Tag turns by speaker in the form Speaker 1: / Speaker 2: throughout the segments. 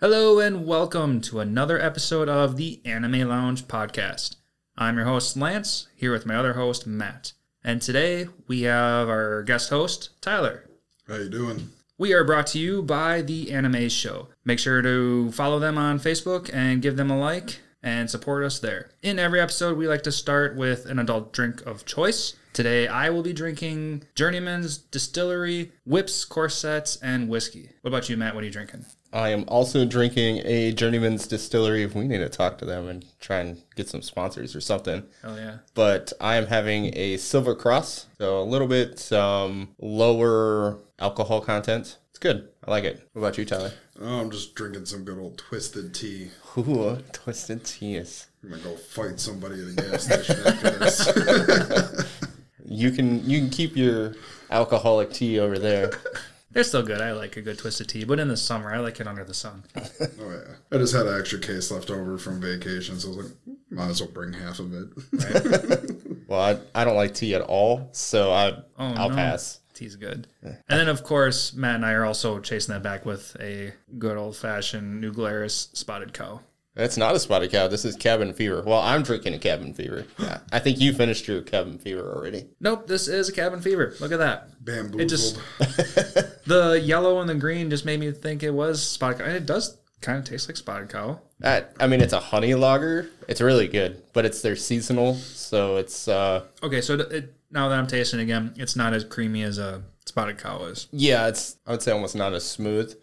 Speaker 1: Hello and welcome to another episode of the Anime Lounge podcast. I'm your host Lance, here with my other host Matt. And today we have our guest host Tyler.
Speaker 2: How you doing?
Speaker 1: We are brought to you by The Anime Show. Make sure to follow them on Facebook and give them a like and support us there. In every episode, we like to start with an adult drink of choice. Today, I will be drinking Journeyman's Distillery, Whips, Corsets, and Whiskey. What about you, Matt? What are you drinking?
Speaker 3: I am also drinking a Journeyman's Distillery. If we need to talk to them and try and get some sponsors or something,
Speaker 1: Hell yeah.
Speaker 3: but I am having a Silver Cross, so a little bit um, lower alcohol content. It's good. I like it. What about you, Tyler?
Speaker 2: Oh, I'm just drinking some good old twisted tea.
Speaker 3: Ooh, twisted teas.
Speaker 2: I'm gonna go fight somebody at a gas station after this.
Speaker 3: You can you can keep your alcoholic tea over there.
Speaker 1: They're still good. I like a good twisted tea, but in the summer, I like it under the sun.
Speaker 2: oh yeah, I just had an extra case left over from vacation, so I was like, might as well bring half of it.
Speaker 3: Well, I, I don't like tea at all, so I
Speaker 1: Oh,
Speaker 3: I'll
Speaker 1: no.
Speaker 3: pass.
Speaker 1: Tea's good. And then, of course, Matt and I are also chasing that back with a good old fashioned New Glarus spotted cow.
Speaker 3: That's not a spotted cow. This is cabin fever. Well, I'm drinking a cabin fever. Yeah, I think you finished your cabin fever already.
Speaker 1: Nope, this is a cabin fever. Look at that.
Speaker 2: Bamboozled.
Speaker 1: It just- The yellow and the green just made me think it was spotted cow. And it does kind of taste like spotted cow.
Speaker 3: That I mean, it's a honey lager. It's really good, but it's their seasonal, so it's uh
Speaker 1: Okay, so it, it- now that I'm tasting it again, it's not as creamy as a spotted cow is.
Speaker 3: yeah, it's I would say almost not as smooth.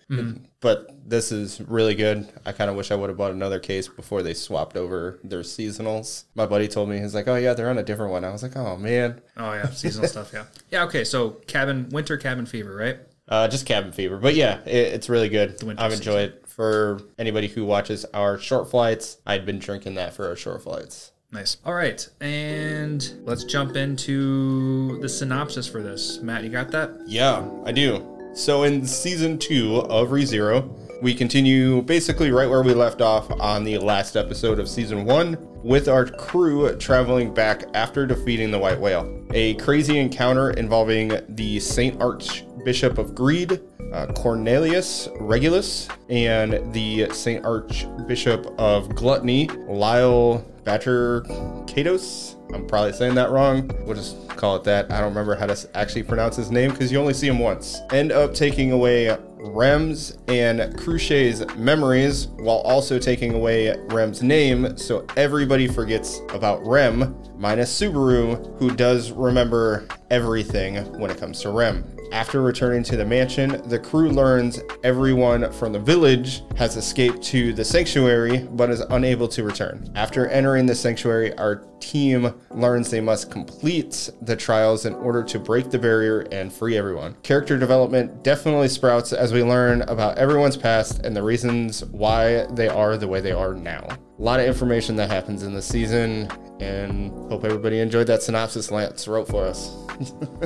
Speaker 3: But this is really good. I kind of wish I would have bought another case before they swapped over their seasonals. My buddy told me he's like, oh yeah, they're on a different one. I was like, oh man,
Speaker 1: Oh, yeah, seasonal stuff, yeah. Yeah, okay, so cabin, winter cabin fever, right?
Speaker 3: Uh, just cabin fever, but yeah, it, it's really good.
Speaker 1: winter
Speaker 3: I've enjoyed it. For anybody who watches our short flights, I'd been drinking that for our short flights.
Speaker 1: Nice. All right, and let's jump into the synopsis for this. Matt, you got that?
Speaker 3: Yeah, I do. So in season two of ReZero, we continue basically right where we left off on the last episode of season one, with our crew traveling back after defeating the White Whale. A crazy encounter involving the Saint Archbishop of Greed, uh, Cornelius Regulus, and the Saint Archbishop of Gluttony, Lyle Batter Katos. I'm probably saying that wrong. We'll just call it that. I don't remember how to s- actually pronounce his name because you only see him once. End up taking away Rem's and Cruchet's memories while also taking away Rem's name, so everybody forgets about Rem, minus Subaru, who does remember everything when it comes to Rem. After returning to the mansion, the crew learns everyone from the village has escaped to the sanctuary but is unable to return. After entering the sanctuary, our team learns they must complete the trials in order to break the barrier and free everyone. Character development definitely sprouts as we learn about everyone's past and the reasons why they are the way they are now. A lot of information that happens in the season, and hope everybody enjoyed that synopsis Lance wrote for us.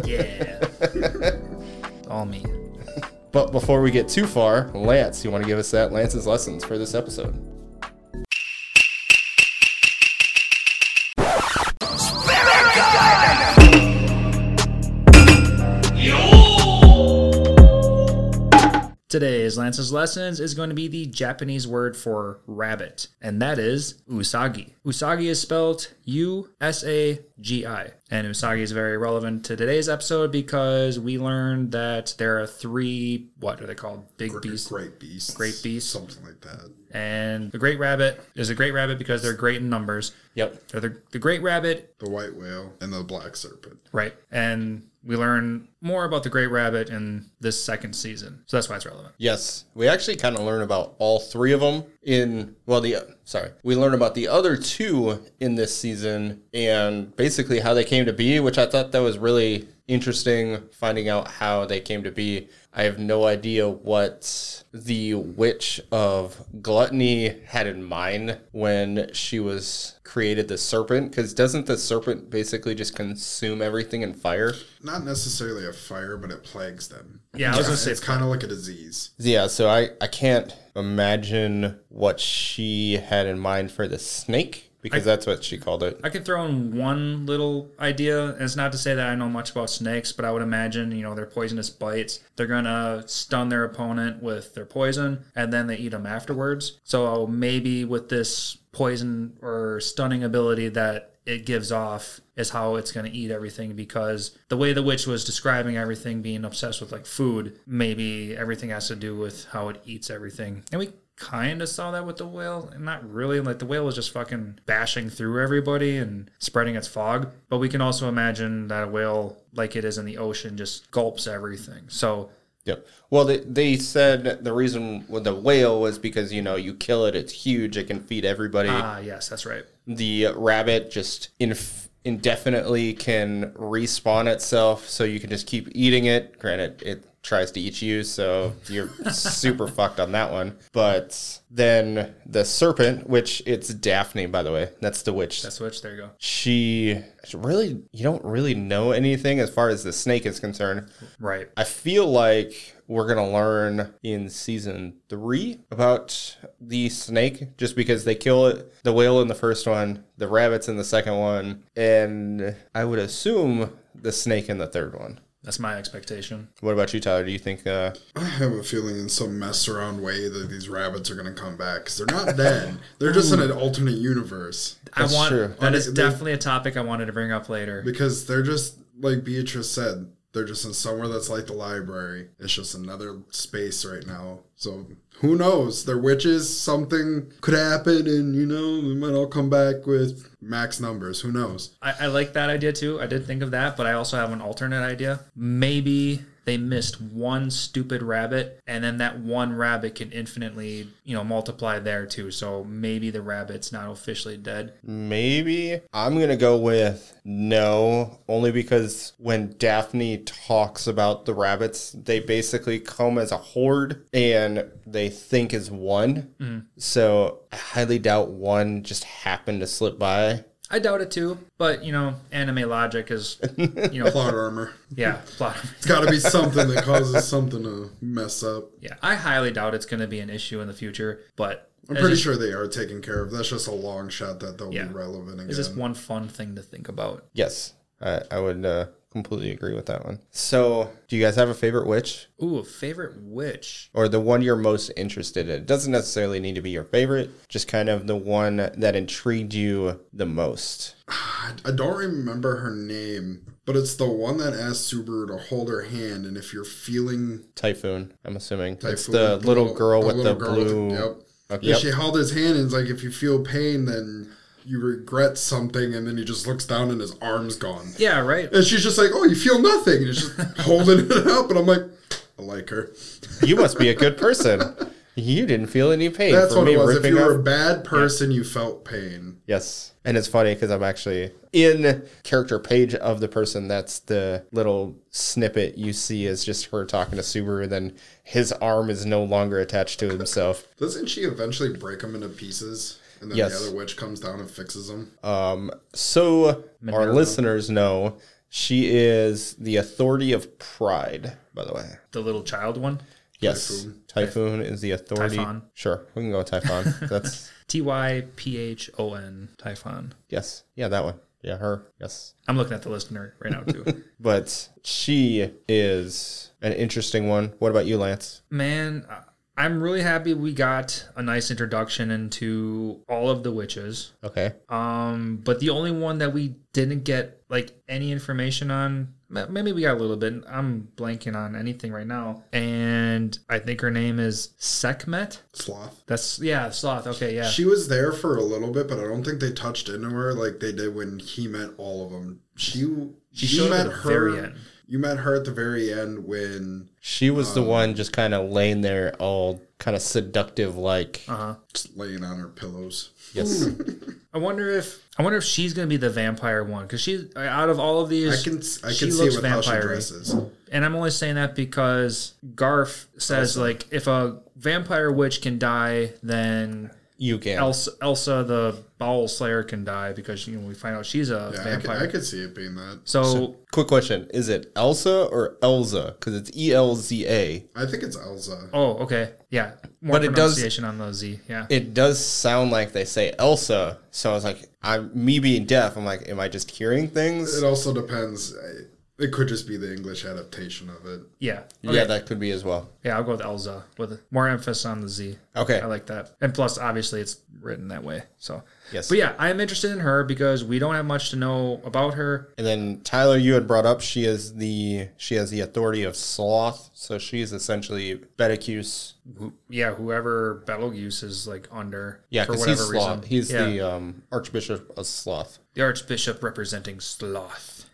Speaker 1: Yeah. All me.
Speaker 3: But before we get too far, Lance, you want to give us that Lance's lessons for this episode?
Speaker 1: Today's Lance's Lessons is going to be the Japanese word for rabbit, and that is usagi. Usagi is spelled U S A G I. And usagi is very relevant to today's episode because we learned that there are three, what are they called? Big beasts.
Speaker 2: Great beast.
Speaker 1: Great beasts.
Speaker 2: Something like that.
Speaker 1: And the great rabbit is a great rabbit because they're great in numbers.
Speaker 3: Yep.
Speaker 1: They're the, the great rabbit
Speaker 2: The white whale and the black serpent.
Speaker 1: Right. And we learn more about the Great Rabbit in this second season. So that's why it's relevant.
Speaker 3: Yes. We actually kind of learn about all three of them in, well, the, sorry, we learn about the other two in this season and basically how they came to be, which I thought that was really interesting finding out how they came to be. I have no idea what the Witch of Gluttony had in mind when she was created the serpent, because doesn't the serpent basically just consume everything in fire?
Speaker 2: Not necessarily a fire, but it plagues them.
Speaker 1: Yeah, I was gonna say
Speaker 2: it's kind of like a disease.
Speaker 3: Yeah, so I, I can't imagine what she had in mind for the snake because that's what she called it.
Speaker 1: I could throw in one little idea. and It's not to say that I know much about snakes, but I would imagine, you know, their poisonous bites. They're going to stun their opponent with their poison and then they eat them afterwards. So maybe with this poison or stunning ability that it gives off is how it's going to eat everything because the way the witch was describing everything being obsessed with like food, maybe everything has to do with how it eats everything. And we kind of saw that with the whale and not really like the whale was just fucking bashing through everybody and spreading its fog but we can also imagine that a whale like it is in the ocean just gulps everything so
Speaker 3: Yep. Well, they, they said the reason with the whale was because, you know, you kill it, it's huge, it can feed everybody.
Speaker 1: ah yes that's right
Speaker 3: the rabbit just inf- indefinitely can respawn itself, so you can just keep eating it. Granted, it tries to eat you, so you're super fucked on that one. But then the serpent, which it's Daphne, by the way, that's the witch.
Speaker 1: that's which there you go
Speaker 3: she really, you don't really know anything as far as the snake is concerned.
Speaker 1: right
Speaker 3: I feel like we're going to learn in season three about the snake just because they kill it, the whale in the first one, the rabbits in the second one, and I would assume the snake in the third one.
Speaker 1: that's my expectation
Speaker 3: What about you, Tyler? Do you think uh,
Speaker 2: I have a feeling in some mess around way that these rabbits are going to come back because they're not dead. they're just in an alternate universe
Speaker 1: i want
Speaker 3: true.
Speaker 1: that is
Speaker 2: they-
Speaker 1: definitely a topic i wanted to bring up later
Speaker 2: because they're just like Beatrice said. They're just in somewhere that's like the library. It's just another space right now. So who knows? They're witches. Something could happen, and you know we might all come back with max numbers. Who knows?
Speaker 1: I, I like that idea too. I did think of that, but I also have an alternate idea. Maybe they missed one stupid rabbit, and then that one rabbit can infinitely, you know, multiply there too. So maybe the rabbit's not officially dead.
Speaker 3: maybe? I'm going to go with no, only because when Daphne talks about the rabbits, they basically come as a horde and they think is one. So I highly doubt one just happened to slip by.
Speaker 1: I doubt it too, but you know, anime logic is, you know,
Speaker 2: Plot armor.
Speaker 1: yeah, plot.
Speaker 2: It's got to be something that causes something to mess up.
Speaker 1: Yeah, I highly doubt it's going to be an issue in the future, but
Speaker 2: I'm
Speaker 1: it's
Speaker 2: pretty
Speaker 1: just-
Speaker 2: sure they are taken care of. That's just a long shot that they'll
Speaker 1: Yeah.
Speaker 2: be relevant again.
Speaker 1: It's just one fun thing to think about.
Speaker 3: Yes, I, I would uh, completely agree with that one. So, do you guys have a favorite witch
Speaker 1: Ooh, favorite witch.
Speaker 3: or the one you're most interested in? It doesn't necessarily need to be your favorite, just kind of the one that intrigued you the most.
Speaker 2: I, I don't remember her name, but it's the one that asked Subaru to hold her hand. And if you're feeling
Speaker 3: Typhoon, I'm assuming. it's
Speaker 2: Typhoon,
Speaker 3: the little
Speaker 2: uh,
Speaker 3: girl
Speaker 2: the
Speaker 3: with the
Speaker 2: little girl with the-
Speaker 3: blue.
Speaker 2: yep.
Speaker 3: Okay,
Speaker 2: Yeah,
Speaker 3: yep.
Speaker 2: she held his hand and it's like, if you feel pain, then you regret something. And then he just looks down and his arm's gone.
Speaker 1: Yeah, right.
Speaker 2: And she's just like, oh, you feel nothing. And it's just holding it up. And I'm like, I like her.
Speaker 3: you must be a good person. You didn't feel any pain
Speaker 2: That's
Speaker 3: for
Speaker 2: what
Speaker 3: me
Speaker 2: it was. If
Speaker 3: ripping
Speaker 2: you
Speaker 3: off.
Speaker 2: were a bad person, you felt pain.
Speaker 3: Yes, and it's funny because I'm actually in character page of the person. That's the little snippet you see is just her talking to Subaru. And then his arm is no longer attached to himself.
Speaker 2: Doesn't she eventually break him into pieces? And then
Speaker 3: Yes. Uh,
Speaker 2: the other witch comes down and fixes him.
Speaker 3: So our listeners know she is the authority of pride. By the way,
Speaker 1: The little child one.
Speaker 3: yes, Typhoon, is the authority.
Speaker 1: Typhon.
Speaker 3: Sure, we can go with Typhon. That's
Speaker 1: T Y P H O N Typhon.
Speaker 3: yes, yeah, that one. Yeah, her. Yes.
Speaker 1: I'm looking at the listener right now too.
Speaker 3: But she is an interesting one. What about you, Lance?
Speaker 1: Man, I- I'm really happy we got a nice introduction into all of the witches.
Speaker 3: Okay.
Speaker 1: Um, but the only one that we didn't get like any information on, ma- maybe we got a little bit. I'm blanking on anything right now. And I think her name is Sekmet.
Speaker 2: Sloth.
Speaker 1: That's yeah, Sloth. Okay, yeah.
Speaker 2: She was there for a little bit, but I don't think they touched into her like they did when he met all of them. She
Speaker 1: She
Speaker 2: you
Speaker 1: showed up
Speaker 2: met
Speaker 1: at the
Speaker 2: her.
Speaker 1: very end.
Speaker 2: You met her at the very end when
Speaker 3: She was
Speaker 1: um,
Speaker 3: the one just kind of laying there, all kind of seductive, like
Speaker 1: Uh-huh.
Speaker 2: just laying on her pillows.
Speaker 3: yes,
Speaker 1: I wonder if I wonder if she's gonna be the vampire one because she's out of all of
Speaker 2: I
Speaker 1: these.
Speaker 2: can I
Speaker 1: She
Speaker 2: can see
Speaker 1: looks
Speaker 2: it with how she
Speaker 1: vampire-y.
Speaker 2: dresses.
Speaker 1: And I'm only saying that because Garf says like if a vampire witch can die, then
Speaker 3: You can.
Speaker 1: Elsa, Elsa the Bowel Slayer can die because you know we find out she's a
Speaker 2: Yeah, I could,
Speaker 1: vampire.
Speaker 2: I could see it being that.
Speaker 1: so,
Speaker 3: Quick question: Is it Elsa or Elza? Because it's E L Z A.
Speaker 2: I think it's Elsa.
Speaker 1: oh, okay, yeah. More
Speaker 3: But it does-
Speaker 1: pronunciation on the Z. Yeah,
Speaker 3: It does sound like they say Elsa, so I was like, I'm me being deaf. I'm like, am I just hearing things?
Speaker 2: It also depends. I- It could just be the English adaptation of it.
Speaker 1: yeah,
Speaker 3: Yeah,
Speaker 1: Okay.
Speaker 3: that could be as well.
Speaker 1: yeah. I'll go with Elsa with more emphasis on the Z.
Speaker 3: Okay,
Speaker 1: I like that. And plus, obviously, it's written that way. So,
Speaker 3: Yes.
Speaker 1: But yeah, I am interested in her because we don't have much to know about her.
Speaker 3: and then Tyler, you had brought up she is the she has the authority of sloth, so she's essentially Bedecus.
Speaker 1: Who, yeah, whoever Betelgeuse is like under
Speaker 3: Yeah,
Speaker 1: for
Speaker 3: because
Speaker 1: whatever
Speaker 3: he's
Speaker 1: reason.
Speaker 3: sloth. He's
Speaker 1: Yeah.
Speaker 3: the um, Archbishop of Sloth.
Speaker 1: the Archbishop representing Sloth.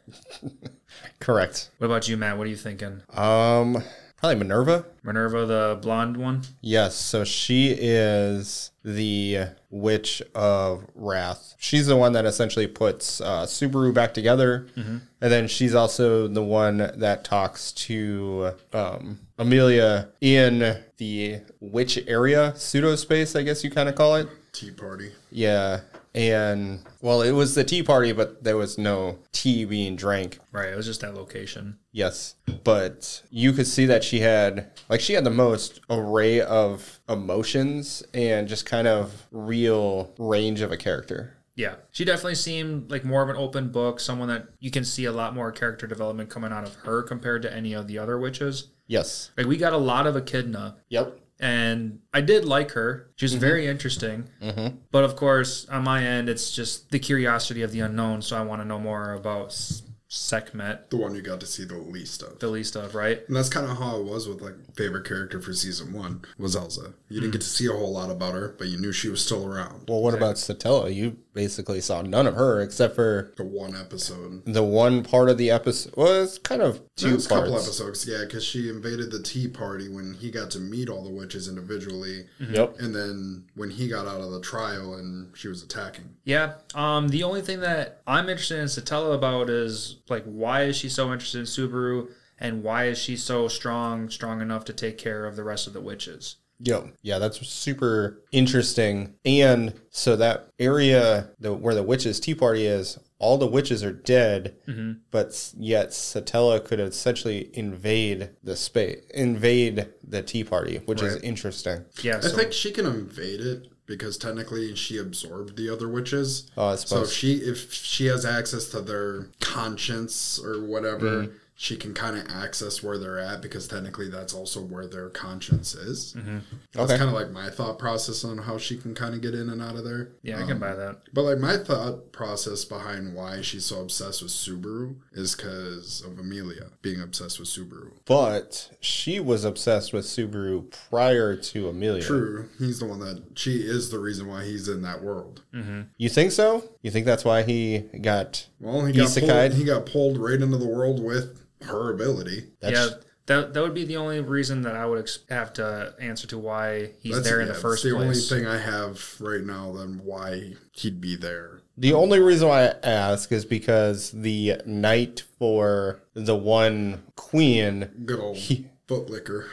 Speaker 3: Correct.
Speaker 1: What about you, Matt? What are you thinking?
Speaker 3: Um, probably Minerva.
Speaker 1: Minerva, the blonde one.
Speaker 3: Yes, so she is the Witch of Wrath. She's the one that essentially puts uh, Subaru back together, and then she's also the one that talks to um, Amelia in the witch area, pseudo space, I guess you kind of call it.
Speaker 2: Tea party.
Speaker 3: Yeah, and well, it was the tea party, but there was no tea being drank.
Speaker 1: Right. It was just that location.
Speaker 3: Yes, but you could see that she had like she had the most array of emotions and just kind of real range of a character.
Speaker 1: Yeah, she definitely seemed like more of an open book, someone that you can see a lot more character development coming out of her compared to any of the other witches.
Speaker 3: Yes.
Speaker 1: Like we got a lot of Echidna,
Speaker 3: Yep.
Speaker 1: and I did like her. She was very interesting. Mm-hmm. But of course, on my end, it's just the curiosity of the unknown. So I want to know more about S- Sekhmet,
Speaker 2: The one you got to see the least of.
Speaker 1: the least of, right?
Speaker 2: And that's kind of how it was with like favorite character for season one was Elsa. You
Speaker 1: Hmm.
Speaker 2: didn't get to see a whole lot about her, but you knew she was still around.
Speaker 3: Well, what about Satella? You basically saw none of her except for
Speaker 2: The one episode,
Speaker 3: the one part of the episode. Well, it's kind of
Speaker 2: It
Speaker 3: two
Speaker 2: was a
Speaker 3: parts.
Speaker 2: couple episodes, yeah, because she invaded the tea party when he got to meet all the witches individually,
Speaker 3: Yep.
Speaker 2: and then when he got out of the trial and she was attacking.
Speaker 1: Yeah. Um. The only thing that I'm interested in Satella about is like, why is she so interested in Subaru, and why is she so strong, strong enough to take care of the rest of the witches?
Speaker 3: Yo, yeah, that's super interesting. And so that area the, where the witches' tea party is, all the witches are dead,
Speaker 2: Mm-hmm.
Speaker 3: but s- yet Satella could essentially invade the space, invade the tea party, which is interesting.
Speaker 1: Yeah.
Speaker 2: I
Speaker 1: So
Speaker 2: think she can invade it because technically she absorbed the other witches.
Speaker 3: Oh, I
Speaker 2: So
Speaker 3: suppose.
Speaker 2: if she if she has access to their conscience or whatever,
Speaker 3: Mm-hmm.
Speaker 2: she can kind of access where they're at because technically that's also where their conscience is. That's
Speaker 3: Mm-hmm. okay.
Speaker 2: kind of like my thought process on how she can kind of get in and out of there.
Speaker 1: yeah,
Speaker 3: Um,
Speaker 1: I can buy that.
Speaker 2: But like my thought process behind why she's so obsessed with Subaru is because of Amelia being obsessed with Subaru.
Speaker 3: but she was obsessed with Subaru prior to Amelia.
Speaker 2: True, he's the one that she is the reason why he's in that world.
Speaker 1: Mm.
Speaker 3: You think so? You think that's why he got
Speaker 2: Well, he got
Speaker 3: Isekai.
Speaker 2: pulled, he got pulled right into the world with her ability.
Speaker 3: that's
Speaker 1: yeah, that that would be the only reason that I would ex- have to answer to why he's there in
Speaker 2: yeah,
Speaker 1: the first
Speaker 2: the
Speaker 1: place.
Speaker 2: only thing I have right now. Then why he'd be there?
Speaker 3: The only reason why I ask is because the night for the one queen
Speaker 2: Good old
Speaker 3: He-
Speaker 2: foot licker.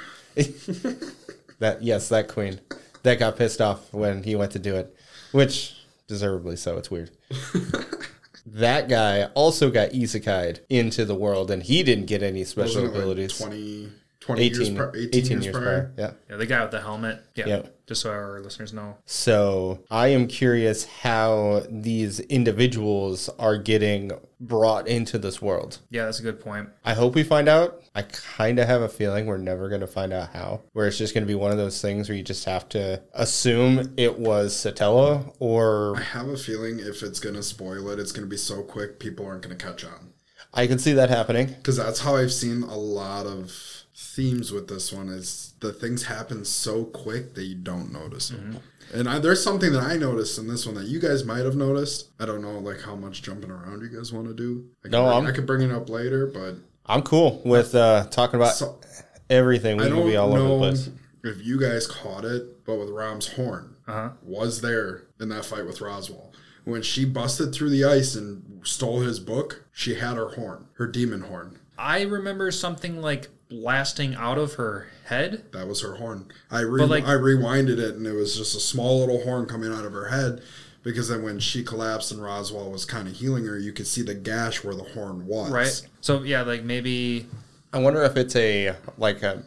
Speaker 3: that yes, that queen that got pissed off when he went to do it, which deservedly so. It's weird. that guy also got isekai'd into the world, and he didn't get any special
Speaker 2: Wasn't it like
Speaker 3: abilities.
Speaker 2: 20, 20 years
Speaker 3: 18,
Speaker 2: prior, 18, years, prior.
Speaker 3: Yeah.
Speaker 1: yeah, the guy with the helmet. Yeah,
Speaker 3: Yeah.
Speaker 1: just so our listeners know.
Speaker 3: So I am curious how these individuals are getting brought into this world.
Speaker 1: Yeah, that's a good point.
Speaker 3: I hope we find out. I kind of have a feeling we're never going to find out how, where it's just going to be one of those things where you just have to assume it was Satella or
Speaker 2: I have a feeling if it's gonna spoil it, it's gonna be so quick people aren't gonna catch on.
Speaker 3: I can see that happening.
Speaker 2: Because that's how I've seen a lot of themes with this one is the things happen so quick that you don't notice them.
Speaker 3: Mm-hmm.
Speaker 2: And I, there's something that I noticed in this one that you guys might have noticed. I don't know like how much jumping around you guys want to do. I could
Speaker 3: No,
Speaker 2: bring-
Speaker 3: I'm-
Speaker 2: I could bring it up later, but
Speaker 3: I'm cool with uh, talking about
Speaker 2: so,
Speaker 3: everything. We
Speaker 2: I
Speaker 3: can
Speaker 2: don't
Speaker 3: be all over the
Speaker 2: know
Speaker 3: place.
Speaker 2: if you guys caught it, but with Rom's horn
Speaker 3: Uh-huh.
Speaker 2: was there in that fight with Roswell. When she busted through the ice and stole his book, she had her horn, her demon horn.
Speaker 1: I remember something like blasting out of her head.
Speaker 2: That was her horn. I re-
Speaker 1: like-
Speaker 2: I rewinded it, and it was just a small little horn coming out of her head. Because then, when she collapsed and Roswell was kind of healing her, you could see the gash where the horn was.
Speaker 1: Right. So yeah, like maybe
Speaker 3: I wonder if it's a like a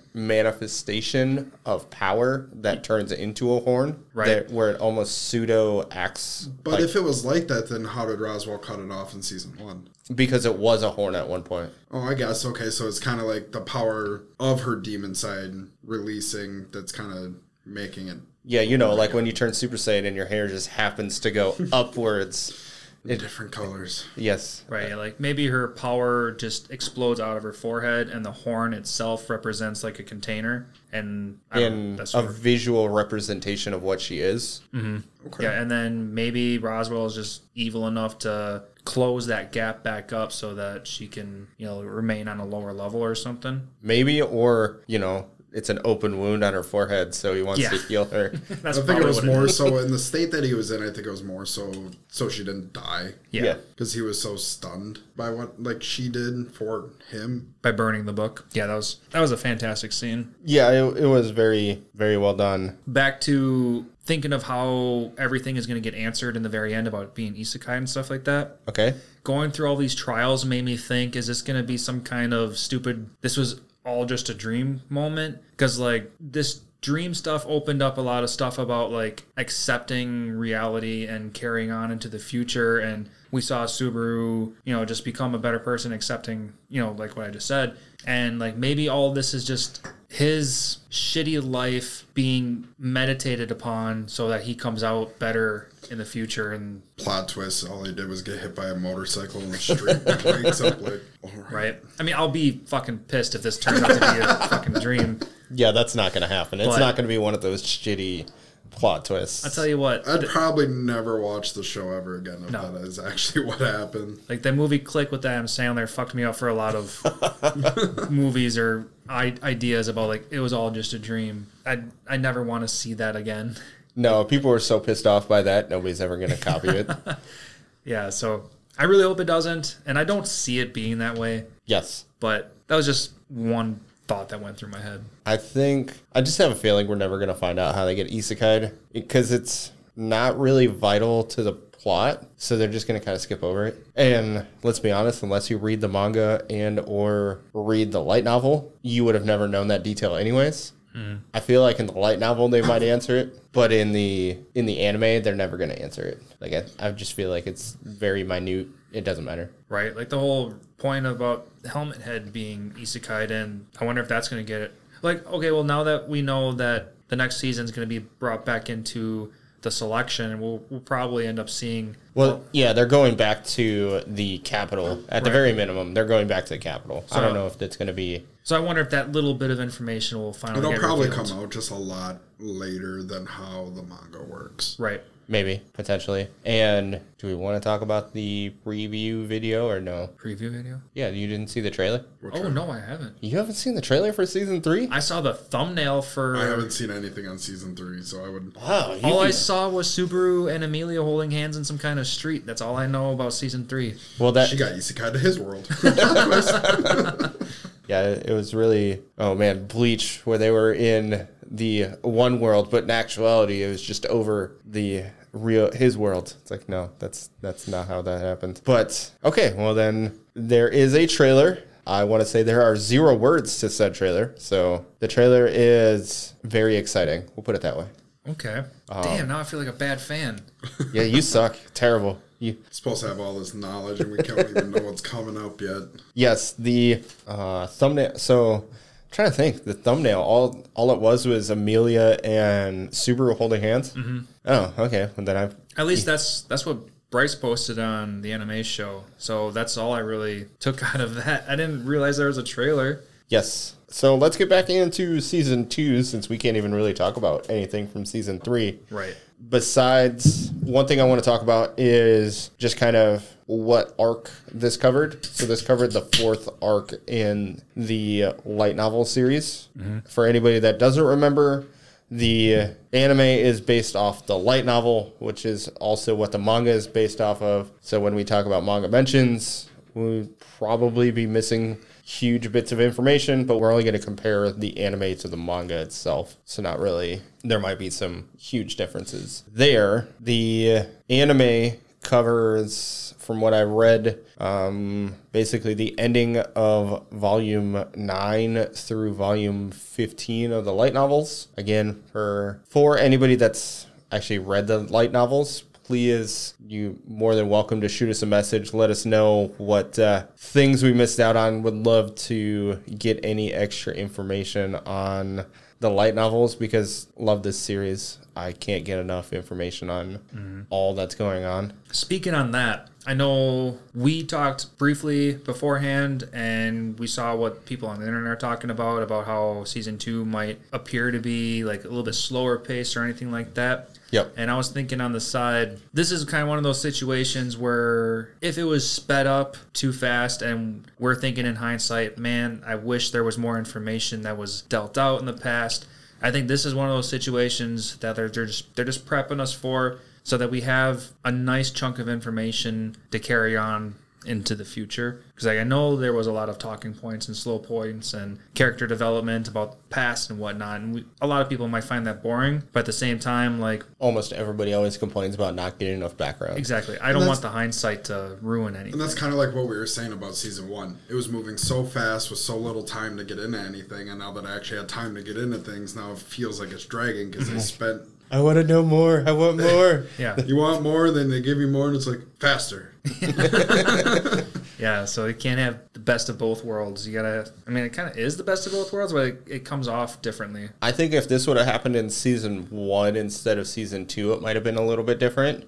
Speaker 3: manifestation of power that turns into a horn,
Speaker 1: Right.
Speaker 3: That, where it almost pseudo acts,
Speaker 2: But
Speaker 3: like-
Speaker 2: if it was like that, then how did Roswell cut it off in season one?
Speaker 3: because it was a horn at one point.
Speaker 2: Oh, I guess. Okay, so it's kind of like the power of her demon side releasing that's kind of making it
Speaker 3: Yeah, you know, like when you turn Super Saiyan and your hair just happens to go upwards.
Speaker 2: different colors.
Speaker 3: Yes,
Speaker 1: right, yeah, like maybe her power just explodes out of her forehead, and the horn itself represents like a container, and I don't-
Speaker 3: in
Speaker 1: that's
Speaker 3: a
Speaker 1: sort of-
Speaker 3: visual representation of what she is.
Speaker 2: Okay.
Speaker 1: yeah, and then maybe Roswell is just evil enough to close that gap back up so that she can you know remain on a lower level or something.
Speaker 3: Maybe, or you know, it's an open wound on her forehead, so he wants to
Speaker 1: Yeah.
Speaker 3: heal her.
Speaker 1: That's
Speaker 2: I think it
Speaker 1: probably
Speaker 2: was
Speaker 1: what
Speaker 2: more so in the state that he was in. I think it was more so so she didn't die
Speaker 1: Yeah,
Speaker 2: because he was so stunned by what like she did for him.
Speaker 1: by burning the book. Yeah, that was that was a fantastic scene.
Speaker 3: yeah, it, it was very, very well done.
Speaker 1: back to thinking of how everything is going to get answered in the very end about being isekai and stuff like that.
Speaker 3: Okay,
Speaker 1: Going through all these trials made me think is this going to be some kind of stupid, this was all just a dream moment? Because, like, this dream stuff opened up a lot of stuff about, like, accepting reality and carrying on into the future. And we saw Subaru, you know, just become a better person, accepting, you know, like what I just said. And, like, maybe all this is just his shitty life being meditated upon so that he comes out better in the future and
Speaker 2: Plot twist: all he did was get hit by a motorcycle in the street. and wakes up like, all right.
Speaker 1: Right. I mean, I'll be fucking pissed if this turns out to be a fucking dream.
Speaker 3: yeah, that's not going to happen. It's
Speaker 1: But-
Speaker 3: not going to be one of those shitty plot twists.
Speaker 1: I'll tell you what.
Speaker 2: I'd probably never watch the show ever again if
Speaker 1: No.
Speaker 2: that is actually what happened.
Speaker 1: Like that movie Click with Adam Sandler fucked me up for a lot of movies or I- ideas about like it was all just a dream. I I never want to see that again.
Speaker 3: no, people were so pissed off by that. Nobody's ever going to copy it.
Speaker 1: Yeah. So I really hope it doesn't, and I don't see it being that way.
Speaker 3: yes,
Speaker 1: But that was just one thought that went through my head.
Speaker 3: I think I just have a feeling we're never going to find out how they get isekai because it's not really vital to the plot, so they're just going to kind of skip over it. And let's be honest, unless you read the manga and or read the light novel, you would have never known that detail anyways. I feel like in the light novel they might answer it, but in the in the anime they're never going to answer it. Like I, I just feel like it's very minute. It doesn't matter.
Speaker 1: right? Like the whole point about Helmet Head being isekai, and I wonder if that's going to get it. Like, okay, well, now that we know that the next season's going to be brought back into the selection, we'll, we'll probably end up seeing.
Speaker 3: Well, yeah, they're going back to the capital. At the very minimum, they're going back to the capital. I
Speaker 1: Uh-huh.
Speaker 3: don't know if that's going to be.
Speaker 1: So I wonder if that little bit of information will finally
Speaker 2: It'll
Speaker 1: get
Speaker 2: probably
Speaker 1: revealed.
Speaker 2: come out just a lot later than how the manga works.
Speaker 1: Right.
Speaker 3: Maybe, potentially. And do we want to talk about the review video or no?
Speaker 1: Preview video?
Speaker 3: Yeah, you didn't see the trailer?
Speaker 1: Oh, no, I haven't.
Speaker 3: You haven't seen the trailer for season three?
Speaker 1: I saw the thumbnail for.
Speaker 2: I haven't seen anything on season three, so I would.
Speaker 3: Wow. You,
Speaker 1: All I saw was Subaru and Amelia holding hands in some kind of street. That's all I know about season three.
Speaker 3: well, that.
Speaker 2: She got isekai to his world.
Speaker 3: Yeah, it was really. Oh, man. Bleach, where they were in the one world, but in actuality, it was just over the real his world it's like no that's that's not how that happened but okay well then there is a trailer i want to say there are zero words to said trailer so the trailer is very exciting we'll put it that way
Speaker 1: Okay. Damn,
Speaker 2: Uh,
Speaker 1: now I feel like a bad fan.
Speaker 3: Yeah, you suck. Terrible. You.
Speaker 2: supposed to have all this knowledge and we can't even know what's coming up yet.
Speaker 3: Yes, the uh, thumbnail. So, I'm trying to think. The thumbnail. All all it was was Amelia and Subaru holding hands. Mm-hmm. Oh, okay. Well, then I.
Speaker 1: At least that's that's what Bryce posted on the anime show. So that's all I really took out of that. I didn't realize there was a trailer.
Speaker 3: Yes. So let's get back into season two, since we can't even really talk about anything from season three.
Speaker 1: Right.
Speaker 3: Besides, one thing I want to talk about is just kind of what arc this covered. So this covered the fourth arc in the light novel series. For anybody that doesn't remember, the anime is based off the light novel, which is also what the manga is based off of. So when we talk about manga mentions, we'll probably be missing huge bits of information, but we're only going to compare the anime to the manga itself. So, not really. There might be some huge differences there. The anime covers, from what I've read, um, basically the ending of volume 9 through volume 15 of the light novels. Again, for, for anybody that's actually read the light novels, please you more than welcome to shoot us a message let us know what uh, things we missed out on would love to get any extra information on the light novels because love this series i can't get enough information on all that's going on
Speaker 1: Speaking on that, I know we talked briefly beforehand and we saw what people on the internet are talking about, about how season two might appear to be like a little bit slower pace or anything like that.
Speaker 3: Yep.
Speaker 1: And I was thinking on the side, this is kind of one of those situations where if it was sped up too fast and we're thinking in hindsight, man, I wish there was more information that was dealt out in the past. I think this is one of those situations that they're, they're just they're just prepping us for so that we have a nice chunk of information to carry on into the future because like, I know there was a lot of talking points and slow points and character development about the past and whatnot and we, a lot of people might find that boring but at the same time like
Speaker 3: almost everybody always complains about not getting enough background
Speaker 1: exactly I don't want the hindsight to ruin anything
Speaker 2: And that's kind of like what we were saying about season one. It was moving so fast with so little time to get into anything, and now that I actually had time to get into things, now it feels like it's dragging because they spent.
Speaker 3: i want to know more i want more
Speaker 1: yeah
Speaker 2: You want more, then they give you more, and it's like faster.
Speaker 1: yeah so you can't have the best of both worlds you gotta I mean it kind of is the best of both worlds but it, it comes off differently
Speaker 3: I think if this would have happened in season one instead of season two, it might have been a little bit different.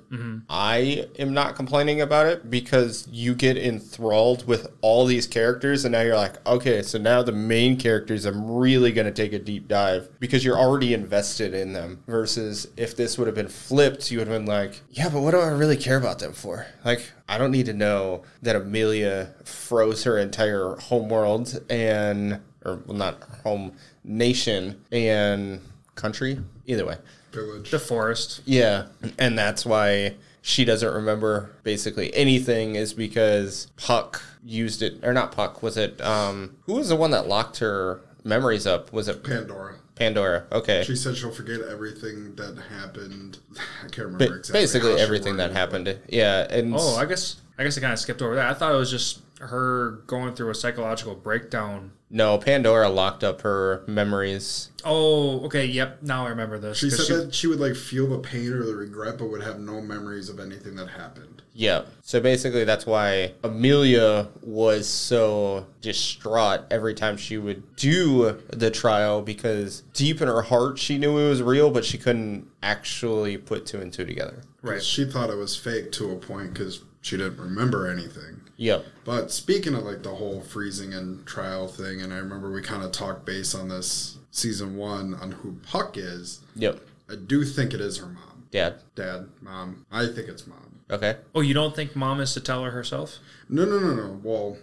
Speaker 3: I am not complaining about it because you get enthralled with all these characters, and now you're like, okay, so now the main characters, I'm really going to take a deep dive because you're already invested in them. Versus if this would have been flipped, you would have been like, yeah, but what do I really care about them for? Like, I don't need to know that Amelia froze her entire homeworld and or well, not home nation and country either way
Speaker 2: Village.
Speaker 1: the forest
Speaker 3: yeah and that's why she doesn't remember basically anything is because puck used it or not puck was it um who was the one that locked her memories up was it
Speaker 2: Pandora.
Speaker 3: pandora okay
Speaker 2: She said she'll forget everything that happened. I can't remember
Speaker 3: Ba-
Speaker 2: exactly.
Speaker 3: basically
Speaker 2: how she
Speaker 3: everything that
Speaker 2: worded it.
Speaker 3: happened yeah and
Speaker 1: Oh, I guess I guess I kind of skipped over that. I thought it was just her going through a psychological breakdown.
Speaker 3: no pandora locked up her memories
Speaker 1: Oh, okay, yep. Now I remember this.
Speaker 2: She
Speaker 1: 'Cause
Speaker 2: said that she would like feel the pain or the regret, but would have no memories of anything that happened.
Speaker 3: Yeah. So basically, that's why Amelia was so distraught every time she would do the trial because deep in her heart, she knew it was real, but she couldn't actually put two and two together.
Speaker 1: Right.
Speaker 2: She thought it was fake to a point because she didn't remember anything.
Speaker 3: Yep.
Speaker 2: But speaking of like the whole freezing and trial thing, and I remember we kind of talked base on this season one on who Puck is.
Speaker 3: Yep.
Speaker 2: I do think it is her mom,
Speaker 3: Dad.
Speaker 2: dad, mom. I think it's mom.
Speaker 3: Okay.
Speaker 1: Oh, you don't think mom is to tell her herself?
Speaker 2: No, no, no, no. Well,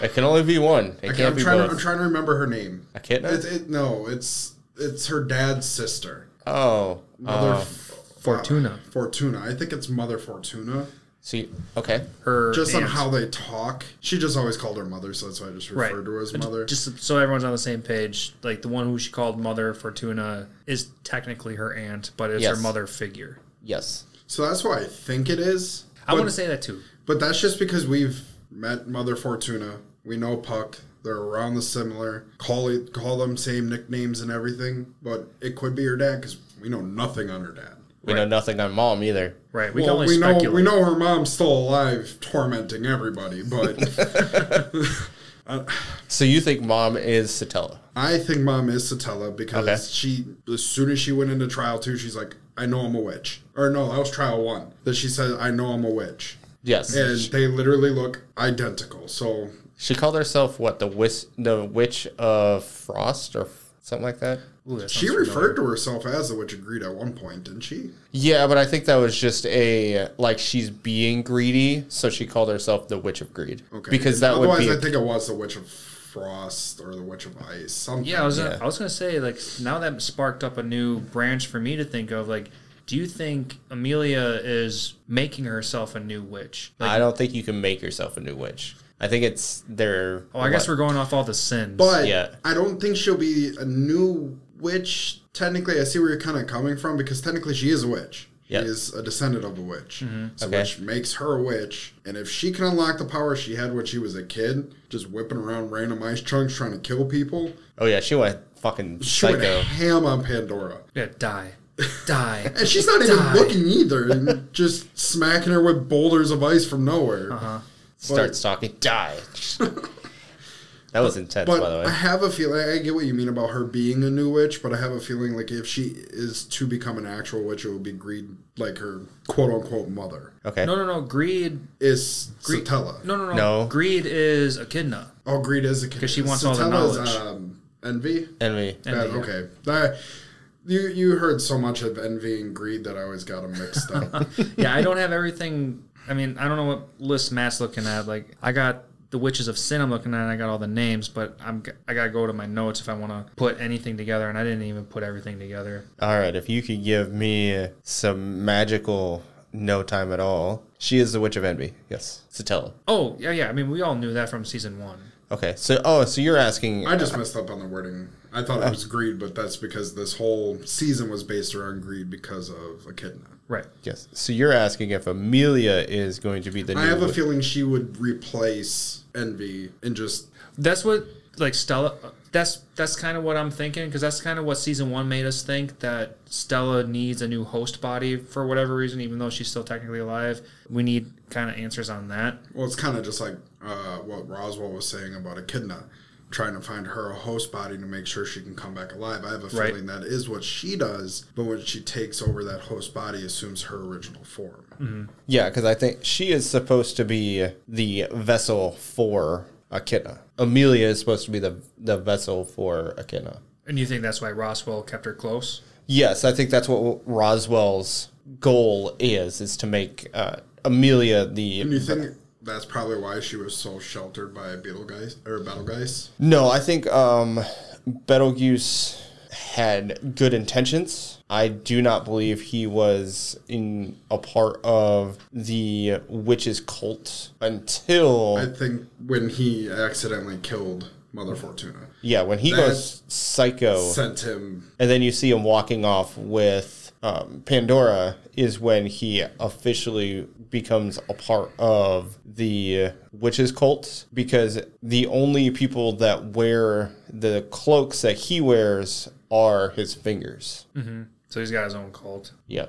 Speaker 3: It can only be one. It
Speaker 2: I,
Speaker 3: can't
Speaker 2: am
Speaker 3: be
Speaker 2: trying. To,
Speaker 3: both.
Speaker 2: I'm trying to remember her name.
Speaker 3: I can't.
Speaker 2: It, it, no, it's it's her dad's sister,
Speaker 3: oh.
Speaker 2: Mother
Speaker 3: Uh,
Speaker 2: F-
Speaker 1: Fortuna.
Speaker 2: Fortuna. I think it's Mother Fortuna.
Speaker 3: see. Okay.
Speaker 1: Her
Speaker 2: Just on
Speaker 1: aunt.
Speaker 2: how they talk, she just always called her mother, so that's why I just
Speaker 1: Right.
Speaker 2: referred to her as mother.
Speaker 1: Just so everyone's on the same page, like the one who she called Mother Fortuna is technically her aunt, but it's
Speaker 3: Yes.
Speaker 1: her mother figure.
Speaker 3: Yes.
Speaker 2: so that's why I think it is.
Speaker 1: I
Speaker 2: But-
Speaker 1: want to say that too.
Speaker 2: But that's just because we've met Mother Fortuna. We know Puck. They're around the similar. Call it, call them same nicknames and everything. But it could be her dad because we know nothing on her dad.
Speaker 3: We know nothing on mom either.
Speaker 1: Right. We
Speaker 2: Well,
Speaker 1: can only
Speaker 2: we
Speaker 1: speculate.
Speaker 2: know we know her mom's still alive, tormenting everybody. But
Speaker 3: So you think mom is Satella?
Speaker 2: I think mom is Satella because
Speaker 3: Okay.
Speaker 2: she, as soon as she went into trial two, she's like, "I know I'm a witch." Or no, that was trial one. That she said, "I know I'm a witch,"
Speaker 3: Yes.
Speaker 2: and they literally look identical. So
Speaker 3: She called herself what the wis- the witch of frost or f- something like that.
Speaker 1: Ooh, that
Speaker 2: She
Speaker 1: sounds
Speaker 2: referred to herself as the Witch of Greed at one point, didn't she?
Speaker 3: Yeah, but I think that was just a like she's being greedy, so she called herself the witch of greed. Because that would
Speaker 2: otherwise,
Speaker 3: be
Speaker 2: I think it was the Witch of Frost or the Witch of Ice. Something.
Speaker 1: Yeah, I was gonna,
Speaker 3: Yeah.
Speaker 1: I was gonna say like now that sparked up a new branch for me to think of. Like, do you think Amelia is making herself a new witch? Like,
Speaker 3: I don't think you can make yourself a new witch. I think it's their.
Speaker 1: Oh, I guess we're going off all the sins.
Speaker 2: But
Speaker 3: Yeah.
Speaker 2: I don't think she'll be a new witch. Technically, I see where you're kind of coming from because technically she is a witch.
Speaker 3: Yeah.
Speaker 2: She is a descendant of a witch.
Speaker 1: Mm-hmm.
Speaker 2: So
Speaker 3: Okay.
Speaker 2: which makes her a witch. And if she can unlock the power she had when she was a kid, just whipping around random ice chunks trying to kill people,
Speaker 3: Oh yeah, she went fucking
Speaker 2: she would
Speaker 3: psycho.
Speaker 2: ham on Pandora.
Speaker 1: yeah, die, die.
Speaker 2: And she's not even
Speaker 1: Die.
Speaker 2: looking either, and just smacking her with boulders of ice from nowhere.
Speaker 1: Uh-huh.
Speaker 3: Start stalking. Die. that was intense,
Speaker 2: But
Speaker 3: by the way.
Speaker 2: I have a feeling I get what you mean about her being a new witch, but I have a feeling like if she is to become an actual witch, it would be greed like her quote unquote mother
Speaker 3: okay.
Speaker 1: No, no, no. Greed.
Speaker 2: is
Speaker 1: Greed-
Speaker 2: Satella.
Speaker 1: No, no, no.
Speaker 3: No.
Speaker 1: Greed is echidna.
Speaker 2: Oh, greed is a because
Speaker 1: she wants all the knowledge.
Speaker 2: um, envy.
Speaker 3: Enemy.
Speaker 2: Yeah,
Speaker 1: Envy, yeah.
Speaker 2: okay, That- you you heard so much of envy and greed that I always got them mixed up.
Speaker 1: Yeah, I don't have everything. I mean, I don't know what list Matt's looking at. Like, I got the witches of sin. I'm looking at. and I got all the names, but I'm g- I gotta go to my notes if I want to put anything together, and I didn't even put everything together.
Speaker 3: All right. If you could give me some magical no time at all, she is the witch of envy. Yes, Satella.
Speaker 1: Oh, yeah, yeah. I mean, we all knew that from season one.
Speaker 3: Okay. So oh, so you're asking?
Speaker 2: I just messed up on the wording. I thought it was greed, but that's because this whole season was based around greed because of Echidna.
Speaker 1: Right.
Speaker 3: yes. So you're asking if Amelia is going to be the new?
Speaker 2: I have a
Speaker 3: witch-
Speaker 2: feeling she would replace Envy and just
Speaker 1: That's what like Stella. That's that's kind of what I'm thinking because that's kind of what season one made us think that Stella needs a new host body for whatever reason, even though she's still technically alive. We need kind of answers on that.
Speaker 2: well, it's kind of just like uh, what Roswell was saying about Echidna, trying to find her a host body to make sure she can come back alive. I have a
Speaker 1: Right.
Speaker 2: feeling that is what she does, but when she takes over that host body, assumes her original form.
Speaker 3: Yeah, because I think she is supposed to be the vessel for Echidna. Amelia is supposed to be the the vessel for Echidna.
Speaker 1: And you think that's why Roswell kept her close?
Speaker 3: Yes, I think that's what Roswell's goal is: is to make uh, Amelia the
Speaker 2: And you think that's probably why she was so sheltered by Beetlegeist or Battlegeist?
Speaker 3: No, I think um, Betelgeuse had good intentions. I do not believe he was in a part of the witches' cult
Speaker 2: I
Speaker 3: until
Speaker 2: think when he accidentally killed Mother Fortuna,
Speaker 3: yeah, when he goes psycho,
Speaker 2: sent him.
Speaker 3: and then you see him walking off with um, Pandora is when he officially becomes a part of the witches' cult because the only people that wear the cloaks that he wears are his fingers.
Speaker 1: So he's got his own cult.
Speaker 3: Yeah.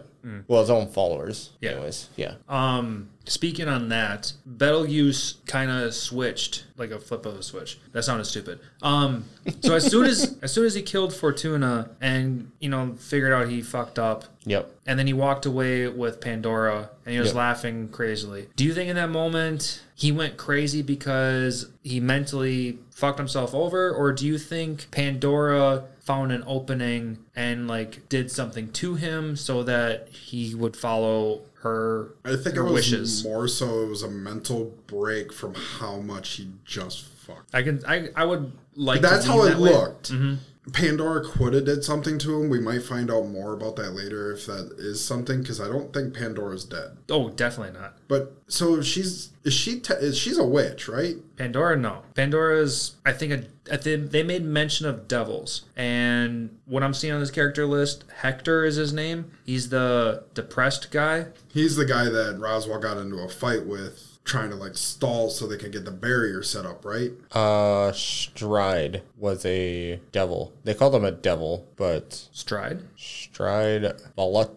Speaker 3: Well, his own followers.
Speaker 1: Yeah.
Speaker 3: Anyways, yeah.
Speaker 1: Um, speaking on that, Betelgeuse kind of switched like a flip of a switch. That sounded stupid. Um, so as soon as as soon as he killed Fortuna and you know figured out he fucked up,
Speaker 3: Yep.
Speaker 1: and then he walked away with Pandora and he was laughing crazily. Do you think in that moment he went crazy because he mentally fucked himself over, or do you think Pandora found an opening and like did something to him so that he would follow her
Speaker 2: I think it
Speaker 1: her
Speaker 2: was
Speaker 1: wishes?
Speaker 2: more so it was a mental break from how much he just fucked.
Speaker 1: I can I I would like
Speaker 2: That's
Speaker 1: to
Speaker 2: how
Speaker 1: lean
Speaker 2: it
Speaker 1: that way. Mm-hmm.
Speaker 2: looked. Pandora could have did something to him. We might find out more about that later if that is something, because I don't think Pandora's dead.
Speaker 1: Oh, definitely not.
Speaker 2: But so she's is she te- is she's a witch, right?
Speaker 1: Pandora, no. Pandora's, I think, a, I think they made mention of devils. And what I'm seeing on this character list, Hector is his name. He's the depressed guy.
Speaker 2: He's the guy that Roswell got into a fight with, trying to like stall so they could get the barrier set up, right?
Speaker 3: Uh, Stride was a devil. They called him a devil, but
Speaker 1: Stride.
Speaker 3: Stride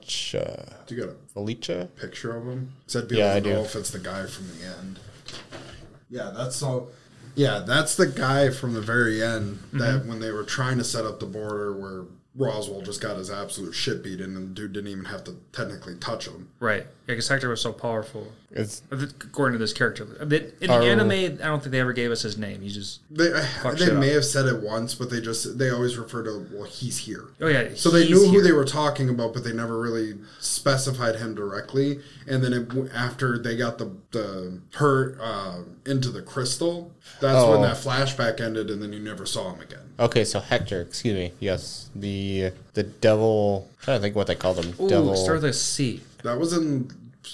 Speaker 3: Valacha.
Speaker 2: Do you got a
Speaker 3: Valacha?
Speaker 2: picture of him? 'Cause I'd be
Speaker 3: Yeah,
Speaker 2: able to
Speaker 3: I do.
Speaker 2: know if it's the guy from the end. Yeah, that's so. Yeah, that's the guy from the very end that when they were trying to set up the border where Roswell just got his absolute shit beat in and the dude didn't even have to technically touch him.
Speaker 1: Right. Yeah, because Hector was so powerful.
Speaker 3: It's
Speaker 1: According to this character. I mean, In the
Speaker 3: Oh.
Speaker 1: anime, I don't think they ever gave us his name. He just,
Speaker 2: They they
Speaker 1: shit
Speaker 2: may
Speaker 1: up.
Speaker 2: have said it once, but they just they always refer to well he's here.
Speaker 1: oh yeah.
Speaker 2: So they
Speaker 1: he's
Speaker 2: knew who
Speaker 1: here.
Speaker 2: they were talking about, but they never really specified him directly. And then it, w- after they got the the her uh, into the crystal, that's when
Speaker 3: Oh.
Speaker 2: that flashback ended, and then you never saw him again.
Speaker 3: okay. So Hector, excuse me. Yes, the the devil. I'm trying to think what they called him.
Speaker 1: Ooh,
Speaker 3: devil.
Speaker 1: start with a C.
Speaker 2: That was in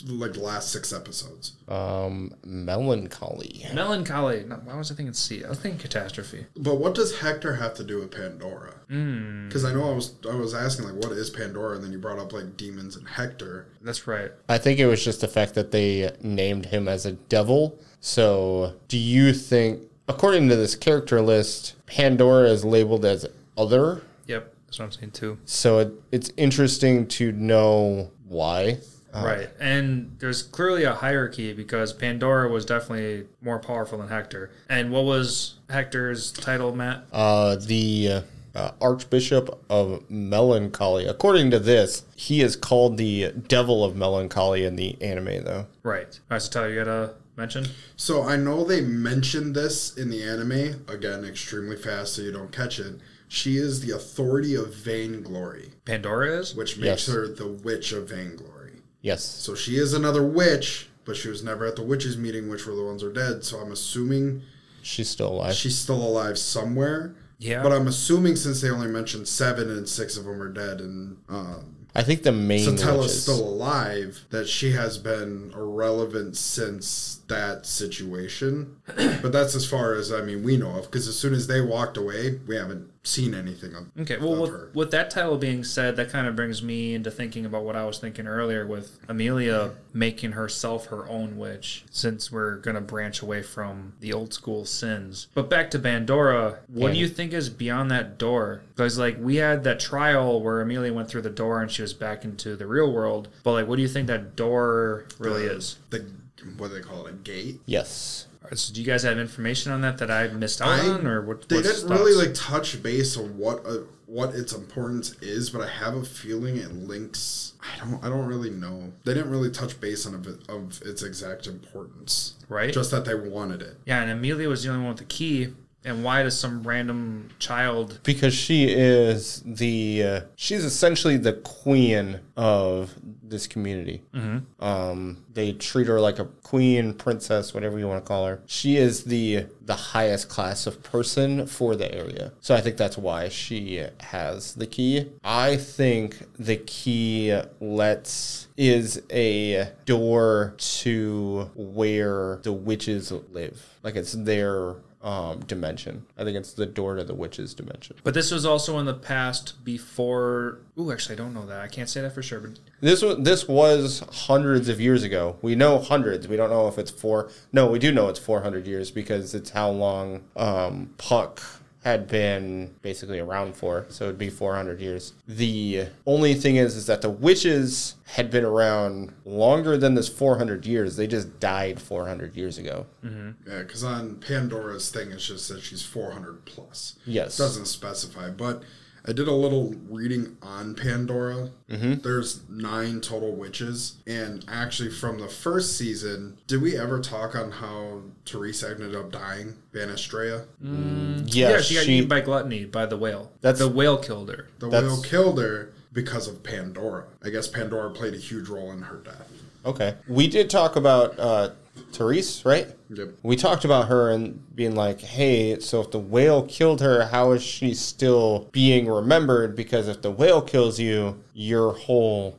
Speaker 2: like the last six episodes.
Speaker 3: Um, melancholy.
Speaker 1: Melancholy. No, why was I thinking sea? I was thinking catastrophe.
Speaker 2: But what does Hector have to do with Pandora? Because I know I was I was asking like what is Pandora, and then you brought up like demons and Hector.
Speaker 1: That's right.
Speaker 3: I think it was just the fact that they named him as a devil. So, do you think, according to this character list, Pandora is labeled as other?
Speaker 1: Yep. That's what I'm saying too.
Speaker 3: So it, it's interesting to know why.
Speaker 1: Right. And there's clearly a hierarchy because Pandora was definitely more powerful than Hector. And what was Hector's title, Matt?
Speaker 3: Uh, the uh, Archbishop of Melancholy. According to this, he is called the Devil of Melancholy in the anime, though.
Speaker 1: Right. All right. So, Tyler, you got a mention?
Speaker 2: So I know they mentioned this in the anime again, extremely fast, so you don't catch it. She is the authority of vainglory,
Speaker 1: Pandora is?
Speaker 2: which makes
Speaker 3: Yes.
Speaker 2: her the witch of vainglory.
Speaker 3: Yes.
Speaker 2: So she is another witch, but she was never at the witches' meeting, which were the ones who are dead. So I'm assuming
Speaker 3: She's still alive.
Speaker 2: she's still alive somewhere.
Speaker 1: Yeah.
Speaker 2: But I'm assuming since they only mentioned seven and six of them are dead, and um,
Speaker 3: I think the main
Speaker 2: Satella's
Speaker 3: witches-
Speaker 2: still alive, that she has been irrelevant since that situation. but that's as far as I mean we know of, because as soon as they walked away, we haven't seen anything of.
Speaker 1: Okay, well,
Speaker 2: of
Speaker 1: with,
Speaker 2: her.
Speaker 1: with that title being said, that kind of brings me into thinking about what I was thinking earlier with Amelia making herself her own witch, since we're going to branch away from the old school sins. But back to Bandora, what do
Speaker 3: Yeah.
Speaker 1: you think is beyond that door? Because, like, we had that trial where Amelia went through the door and she was back into the real world, but, like, what do you think that door really
Speaker 2: Uh,
Speaker 1: is?
Speaker 2: the what do they call it a gate.
Speaker 3: Yes.
Speaker 1: All right, So, do you guys have information on that that I missed out
Speaker 2: I-
Speaker 1: on, or what?
Speaker 2: They
Speaker 1: what's
Speaker 2: didn't
Speaker 1: thoughts?
Speaker 2: really like touch base on what uh, what its importance is, but I have a feeling it links. I don't. I don't really know. They didn't really touch base on of, it, of its exact importance.
Speaker 1: right?
Speaker 2: Just that they wanted it.
Speaker 1: Yeah, and Amelia was the only one with the key. And why does some random child?
Speaker 3: because she is the uh, she's essentially the queen of this community. Um, they treat her like a queen, princess, whatever you want to call her. She is the the highest class of person for the area, so I think that's why she has the key. I think the key lets is a door to where the witches live, like it's their um, dimension. I think it's the door to the witch's dimension.
Speaker 1: But this was also in the past before. Ooh, actually, I don't know that. I can't say that for sure. But
Speaker 3: This was this was hundreds of years ago. We know hundreds. We don't know if it's four. No, we do know it's four hundred years because it's how long um, Puck had been basically around for. So it'd be four hundred years. The only thing is, is that the witches had been around longer than this four hundred years. They just died four hundred years ago.
Speaker 2: Yeah, because on Pandora's thing, it's just that she's 400 plus.
Speaker 3: Yes.
Speaker 2: doesn't specify, but I did a little reading on Pandora. Mm-hmm. There's nine total witches, and actually, from the first season, did we ever talk on how Teresa ended up dying, Banistrea?
Speaker 3: Yeah,
Speaker 1: yeah, she got eaten by gluttony by the whale.
Speaker 3: That's-
Speaker 1: the whale killed her.
Speaker 2: The
Speaker 3: That's-
Speaker 2: whale killed her because of Pandora. I guess Pandora played a huge role in her death.
Speaker 3: Okay. We did talk about uh, Therese, right?
Speaker 2: Yep.
Speaker 3: We talked about her and being like, hey, so if the whale killed her, how is she still being remembered? Because if the whale kills you, your whole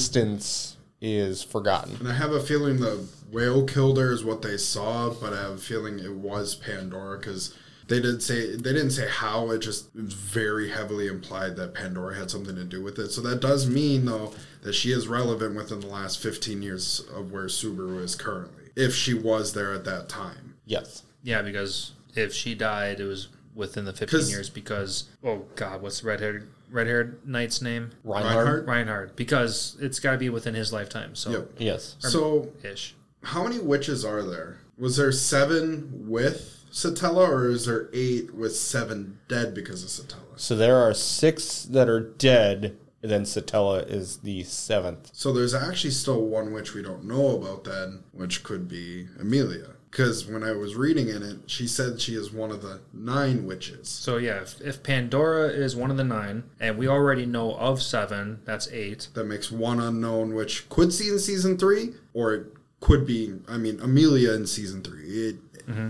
Speaker 3: existence is forgotten.
Speaker 2: And I have a feeling the whale killed her is what they saw, but I have a feeling it was Pandora because they did say they didn't say how. It just it was very heavily implied that Pandora had something to do with it. So that does mean though that she is relevant within the last 15 years of where Subaru is currently, if she was there at that time.
Speaker 3: Yes.
Speaker 1: Yeah, because if she died, it was within the 15
Speaker 2: 'Cause-
Speaker 1: years. Because oh god, what's the red haired red haired knight's name?
Speaker 3: Reinhardt?
Speaker 2: Reinhardt?
Speaker 1: Reinhard. Because it's got to be within his lifetime. So
Speaker 2: Yep.
Speaker 3: Yes.
Speaker 2: So
Speaker 1: ish.
Speaker 2: how many witches are there? Was there seven with Satella, or is there eight with seven dead because of Satella?
Speaker 3: So there are six that are dead, and then Satella is the seventh.
Speaker 2: So there's actually still one witch we don't know about then, which could be Amelia. Because when I was reading in it, she said she is one of the nine witches.
Speaker 1: So yeah, if, if Pandora is one of the nine, and we already know of seven, that's eight.
Speaker 2: That makes one unknown, which could see in season three, or it could be, I mean, Amelia in season three. It,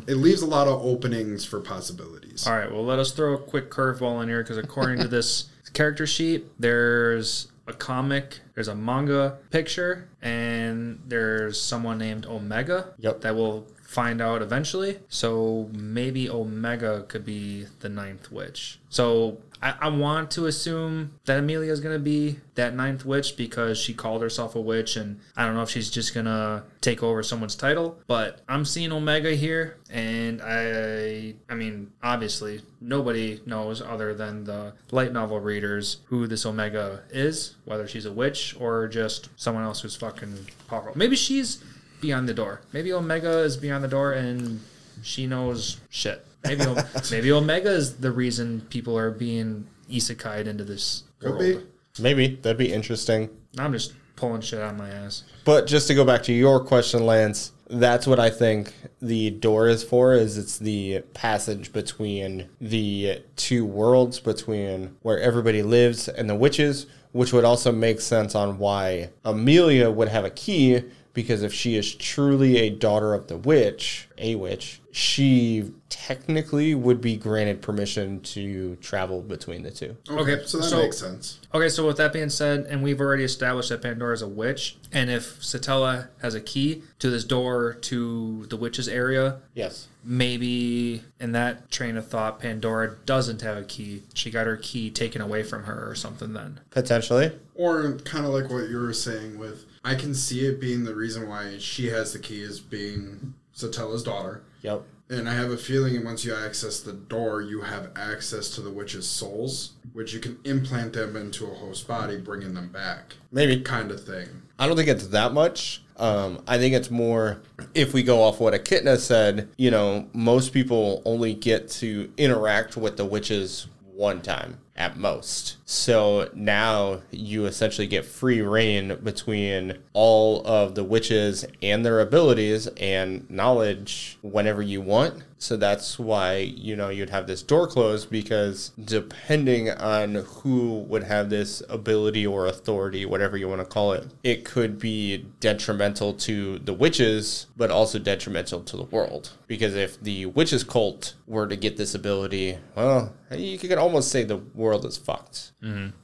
Speaker 2: it leaves a lot of openings for possibilities.
Speaker 1: Mm-hmm. All right, well, let us throw a quick curveball in here because according to this character sheet, there's a comic, there's a manga picture, and and there's someone named Omega
Speaker 3: Yep.
Speaker 1: that we'll find out eventually. So maybe Omega could be the ninth witch. So I, I want to assume that Amelia is going to be that ninth witch because she called herself a witch, and I don't know if she's just going to take over someone's title. But I'm seeing Omega here, and I, I mean, obviously nobody knows other than the light novel readers who this Omega is, whether she's a witch or just someone else who's fucking powerful. Maybe she's beyond the door. Maybe Omega is beyond the door and she knows shit. Maybe O- maybe Omega is the reason people are being isekai'd into this
Speaker 2: Could
Speaker 1: world.
Speaker 2: be.
Speaker 3: Maybe that'd be interesting.
Speaker 1: I'm just pulling shit out of my ass.
Speaker 3: But just to go back to your question, Lance, that's what I think the door is for is it's the passage between the two worlds, between where everybody lives and the witches, which would also make sense on why Amelia would have a key, because if she is truly a daughter of the witch, a witch, she technically would be granted permission to travel between the two.
Speaker 1: Okay,
Speaker 2: so that
Speaker 1: so-
Speaker 2: makes sense.
Speaker 1: Okay, so with that being said, and we've already established that Pandora is a witch, and if Satella has a key to this door to the witch's area,
Speaker 3: Yes.
Speaker 1: maybe in that train of thought, Pandora doesn't have a key. She got her key taken away from her or something then.
Speaker 3: Potentially.
Speaker 2: Or kind of like what you were saying with, I can see it being the reason why she has the key is being Satella's daughter.
Speaker 3: Yep.
Speaker 2: And I have a feeling once you access the door, you have access to the witch's souls, which you can implant them into a host body, bringing them back,
Speaker 3: Maybe.
Speaker 2: kind of thing.
Speaker 3: I don't think it's that much. Um, I think it's more if we go off what Echidna said, you know, most people only get to interact with the witches one time at most. So now you essentially get free reign between all of the witches and their abilities and knowledge whenever you want. So that's why, you know, you'd have this door closed because depending on who would have this ability or authority, whatever you want to call it, it could be detrimental to the witches, but also detrimental to the world. Because if the witches cult were to get this ability, well, you could almost say the world is fucked.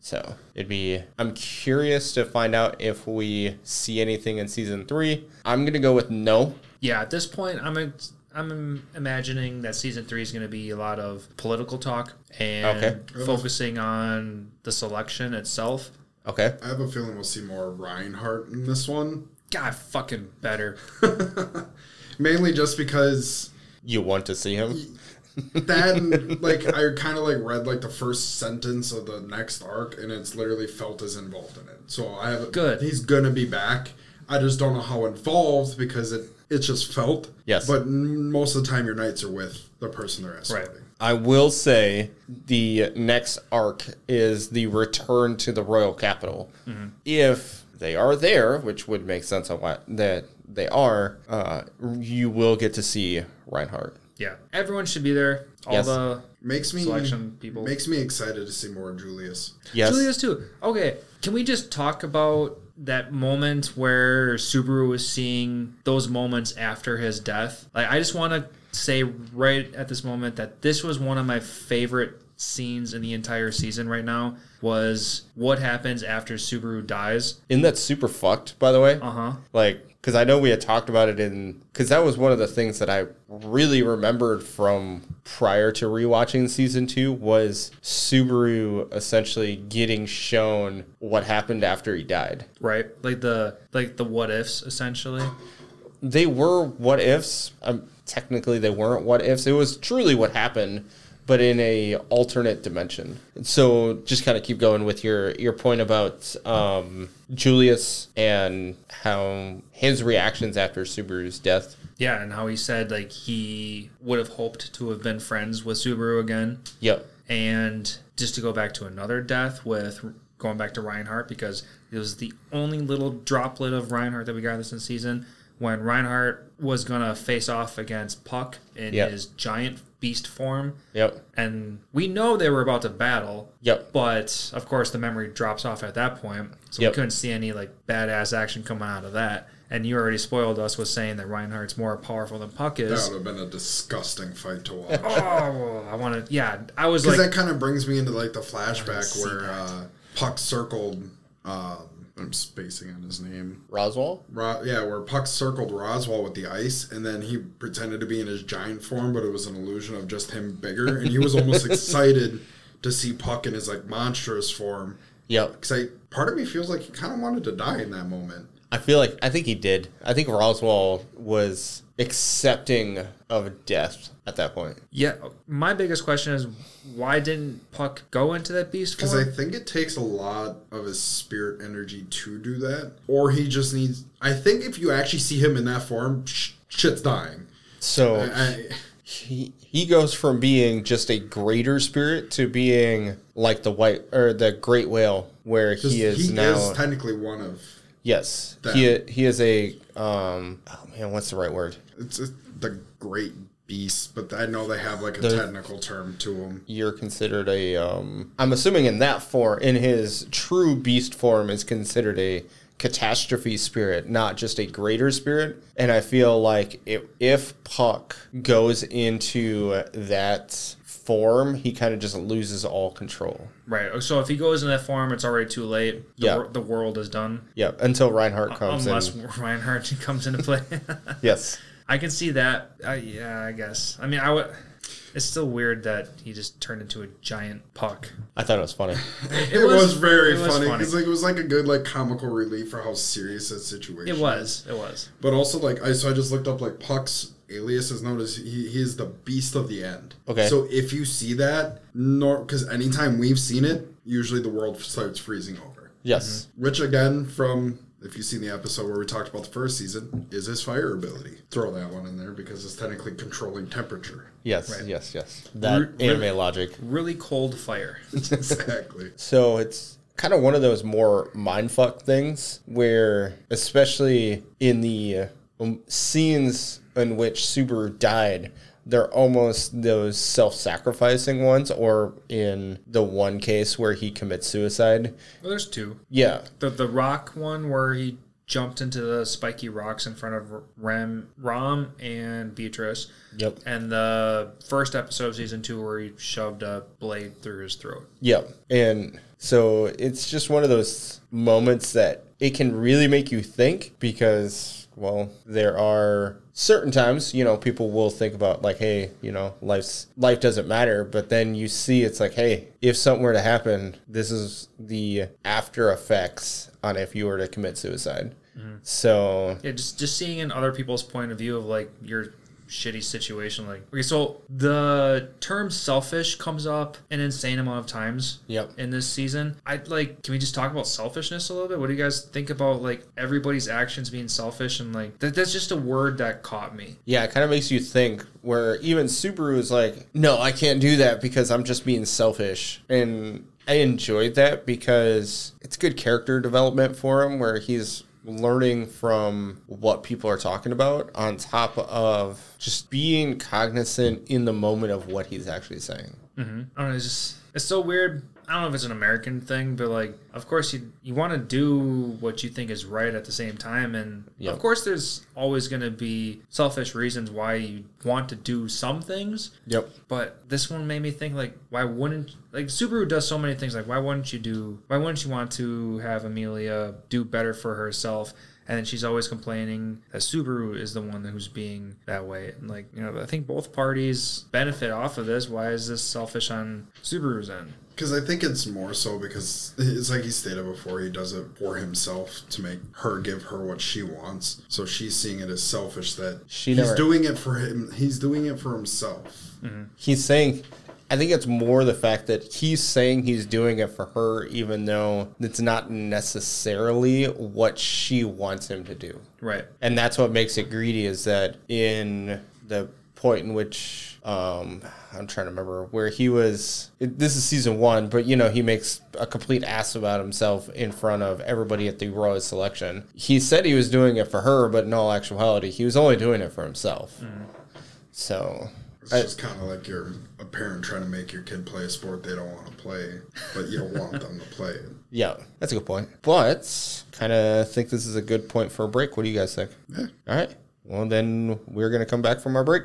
Speaker 3: So it'd be. I'm curious to find out if we see anything in season three. I'm gonna go with no.
Speaker 1: Yeah, at this point, I'm ex- I'm im- imagining that season three is going to be a lot of political talk and
Speaker 3: Okay.
Speaker 1: focusing on the selection itself.
Speaker 3: Okay.
Speaker 2: I have a feeling we'll see more Reinhardt in this one,
Speaker 1: God, fucking better.
Speaker 2: mainly just because
Speaker 3: You want to see him?
Speaker 2: that and, like I kind of like read like the first sentence of the next arc, and it's literally felt is involved in it. So I have
Speaker 1: Good.
Speaker 2: He's gonna be back. I just don't know how involved because it it's just felt.
Speaker 3: Yes.
Speaker 2: But n- most of the time, your nights are with the person they're escorting.
Speaker 1: Right.
Speaker 3: I will say the next arc is the return to the royal capital. If they are there, which would make sense on why that they are, uh, you will get to see Reinhardt.
Speaker 1: Yeah, everyone should be there. All
Speaker 3: Yes.
Speaker 1: the
Speaker 2: Makes me
Speaker 1: Selection people.
Speaker 2: Makes me excited to see more Julius.
Speaker 3: Yes.
Speaker 1: Julius too. Okay, can we just talk about that moment where Subaru was seeing those moments after his death? Like, I just want to say right at this moment that this was one of my favorite scenes in the entire season. Right now was what happens after Subaru dies.
Speaker 3: Isn't that super fucked, by the way?
Speaker 1: Uh huh.
Speaker 3: like because i know we had talked about it in because that was one of the things that i really remembered from prior to rewatching season two was subaru essentially getting shown what happened after he died
Speaker 1: Right. Like the like the what ifs essentially.
Speaker 3: they were what ifs um, technically they weren't what ifs it was truly what happened but in a alternate dimension so just kind of keep going with your your point about um, julius and how his reactions after subaru's death
Speaker 1: Yeah, and how he said like he would have hoped to have been friends with Subaru again.
Speaker 3: Yep.
Speaker 1: And just to go back to another death with going back to Reinhardt because it was the only little droplet of Reinhardt that we got this in season when Reinhardt was gonna face off against Puck in
Speaker 3: Yep.
Speaker 1: his giant beast form.
Speaker 3: Yep.
Speaker 1: And we know they were about to battle.
Speaker 3: Yep.
Speaker 1: But of course the memory drops off at that point. So
Speaker 3: Yep.
Speaker 1: we couldn't see any like badass action coming out of that. And you already spoiled us with saying that Reinhardt's more powerful than Puck
Speaker 2: That
Speaker 1: is.
Speaker 2: would have been a disgusting fight to watch.
Speaker 1: Oh, I want to. Yeah, I was like,
Speaker 2: Because that kind of brings me into like the flashback
Speaker 1: see
Speaker 2: where
Speaker 1: that.
Speaker 2: uh, Puck circled uh, um, I'm spacing on his name.
Speaker 3: Roswell?
Speaker 2: Ro- yeah, where Puck circled Roswell with the ice, and then he pretended to be in his giant form, but it was an illusion of just him bigger, and he was almost excited to see Puck in his like monstrous form.
Speaker 3: Yep.
Speaker 2: Because I part of me feels like he kind of wanted to die in that moment.
Speaker 3: I feel like I think he did. I think Roswell was accepting of death at that point.
Speaker 1: Yeah, my biggest question is why didn't Puck go into that beast
Speaker 2: Because
Speaker 1: form?
Speaker 2: I think it takes a lot of his spirit energy to do that, or he just needs. I think if you actually see him in that form, sh- shit's dying.
Speaker 3: So
Speaker 2: I,
Speaker 3: he he goes from being just a greater spirit to being like the white or the great whale where he is
Speaker 2: he
Speaker 3: now
Speaker 2: is technically one of.
Speaker 3: yes
Speaker 2: That.
Speaker 3: he he is a um oh man what's the right word
Speaker 2: It's uh, the great beast, but I know they have like a
Speaker 3: The-
Speaker 2: technical term to him.
Speaker 3: you're considered a um I'm assuming in that form in his true beast form is considered a catastrophe spirit, not just a greater spirit. And I feel like if if Puck goes into that form, he kind of just loses all control.
Speaker 1: right. oh, So if he goes in that form, it's already too late. The,
Speaker 3: Yeah.
Speaker 1: wor- the world is done.
Speaker 3: Yep, until Reinhardt comes
Speaker 1: Unless
Speaker 3: in.
Speaker 1: Reinhardt comes into play.
Speaker 3: Yes.
Speaker 1: I can see that. I yeah, I guess. I mean, I would. It's still weird that he just turned into a giant puck.
Speaker 3: I thought it was funny.
Speaker 2: It, was, very
Speaker 1: it was
Speaker 2: funny
Speaker 1: funny.
Speaker 2: because like it was like a good like comical relief for how serious that situation.
Speaker 1: It was. It was.
Speaker 2: but also like I so I just looked up like Puck's alias is known as he, he is the Beast of the End.
Speaker 3: Okay.
Speaker 2: So if you see that, nor because anytime we've seen it, usually the world starts freezing over.
Speaker 3: Yes.
Speaker 2: Which again, from if you've seen the episode where we talked about the first season, is his fire ability. Throw that one in there because it's technically controlling temperature.
Speaker 3: Yes, yes, yes. That
Speaker 1: Root-
Speaker 3: anime logic.
Speaker 1: Really cold fire.
Speaker 2: exactly.
Speaker 3: So it's kind of one of those more mindfuck things where, especially in the um, scenes in which Subaru died, they're almost those self sacrificing ones, or in the one case where he commits suicide.
Speaker 1: Well, there's two.
Speaker 3: Yeah.
Speaker 1: The the rock one where he jumped into the spiky rocks in front of Ram Rom and Beatrice.
Speaker 3: Yep.
Speaker 1: And the first episode of season two where he shoved a blade through his throat.
Speaker 3: Yep. And so it's just one of those moments that it can really make you think because, well, there are certain times, you know, people will think about like, hey, you know, life's life doesn't matter, but then you see it's like, hey, if something were to happen, this is the after effects on if you were to commit suicide. So
Speaker 1: Yeah, just just seeing in other people's point of view of like your shitty situation. Like okay, so the term selfish comes up an insane amount of times.
Speaker 3: Yep.
Speaker 1: In this season, I like. Can we just talk about selfishness a little bit? What do you guys think about like everybody's actions being selfish and like that? That's just a word that caught me.
Speaker 3: Yeah, it kind of makes you think where even Subaru is like, no, I can't do that because I'm just being selfish. And I enjoyed that because it's good character development for him where he's learning from what people are talking about on top of just being cognizant in the moment of what he's actually saying.
Speaker 1: I don't know. It's just it's so weird. I don't know if it's an American thing, but like, of course you you want to do what you think is right at the same time, and
Speaker 3: Yeah.
Speaker 1: of course there's always going to be selfish reasons why you want to do some things.
Speaker 3: Yep.
Speaker 1: But this one made me think like, why wouldn't like Subaru does so many things? Like, why wouldn't you do? Why wouldn't you want to have Amelia do better for herself? And then she's always complaining that Subaru is the one who's being that way. And like, you know, I think both parties benefit off of this. Why is this selfish on Subaru's end?
Speaker 2: Because I think it's more so because it's like he stated before, he does it for himself to make her give her what she wants. So she's seeing it as selfish that
Speaker 3: She
Speaker 2: he's
Speaker 3: never-
Speaker 2: doing it for him. He's doing it for himself.
Speaker 3: he's saying I think it's more the fact that he's saying he's doing it for her even though it's not necessarily what she wants him to do.
Speaker 1: Right.
Speaker 3: and that's what makes it greedy is that in the point in which um i'm trying to remember where he was it, this is season one but you know he makes a complete ass about himself in front of everybody at the royal selection he said he was doing it for her but in all actuality he was only doing it for himself so
Speaker 2: It's just kind of like you're a parent trying to make your kid play a sport they don't want to play, but you don't want them to play it.
Speaker 3: yeah that's a good point but kind of think this is a good point for a break what do you guys think all right well then we're gonna come back from our break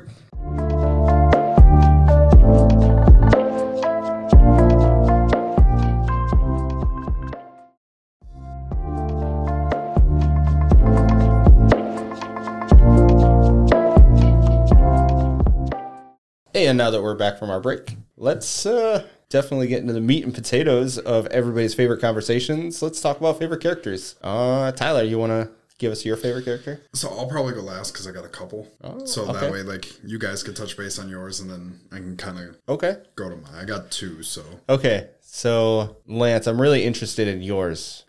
Speaker 3: And now that we're back from our break, let's uh, definitely get into the meat and potatoes of everybody's favorite conversations. Let's talk about favorite characters. Uh, Tyler, you want to give us your favorite character?
Speaker 2: So I'll probably go last because I got a couple. so
Speaker 3: Oh, okay.
Speaker 2: that way, like, you guys can touch base on yours and then I can kind of
Speaker 3: Okay.
Speaker 2: go to mine. I got two, so.
Speaker 3: Okay. So, Lance, I'm really interested in yours.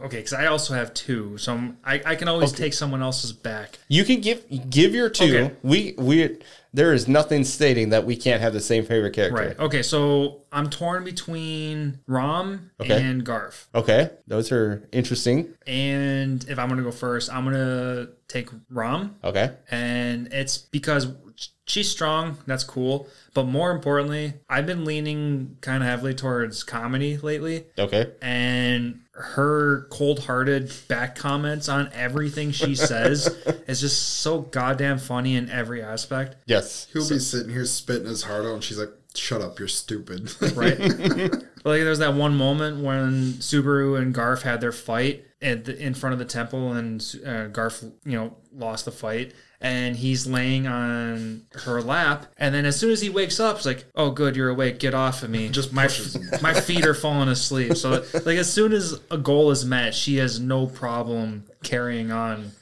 Speaker 1: Okay, because I also have two, so I'm, I I can always take someone else's back.
Speaker 3: You can give give your two.
Speaker 1: Okay.
Speaker 3: We we there is nothing stating that we can't have the same favorite character.
Speaker 1: Right. Okay, so I'm torn between Rom
Speaker 3: Okay.
Speaker 1: and Garf.
Speaker 3: Okay. Those are interesting.
Speaker 1: And if I'm gonna go first, I'm gonna take Rom,
Speaker 3: Okay.
Speaker 1: and it's because she's strong. That's cool. But more importantly, I've been leaning kind of heavily towards comedy lately.
Speaker 3: Okay.
Speaker 1: and her cold-hearted back comments on everything she says is just so goddamn funny in every aspect
Speaker 3: Yes.
Speaker 2: He'll be sitting here spitting his heart out and she's like, shut up, you're stupid.
Speaker 1: right like there's that one moment when subaru and garf had their fight at the, in front of the temple and uh, garf you know lost the fight and he's laying on her lap and then as soon as he wakes up it's like oh good you're awake get off of me just my
Speaker 2: pushes him.
Speaker 1: my feet are falling asleep. So like as soon as a goal is met, she has no problem carrying on.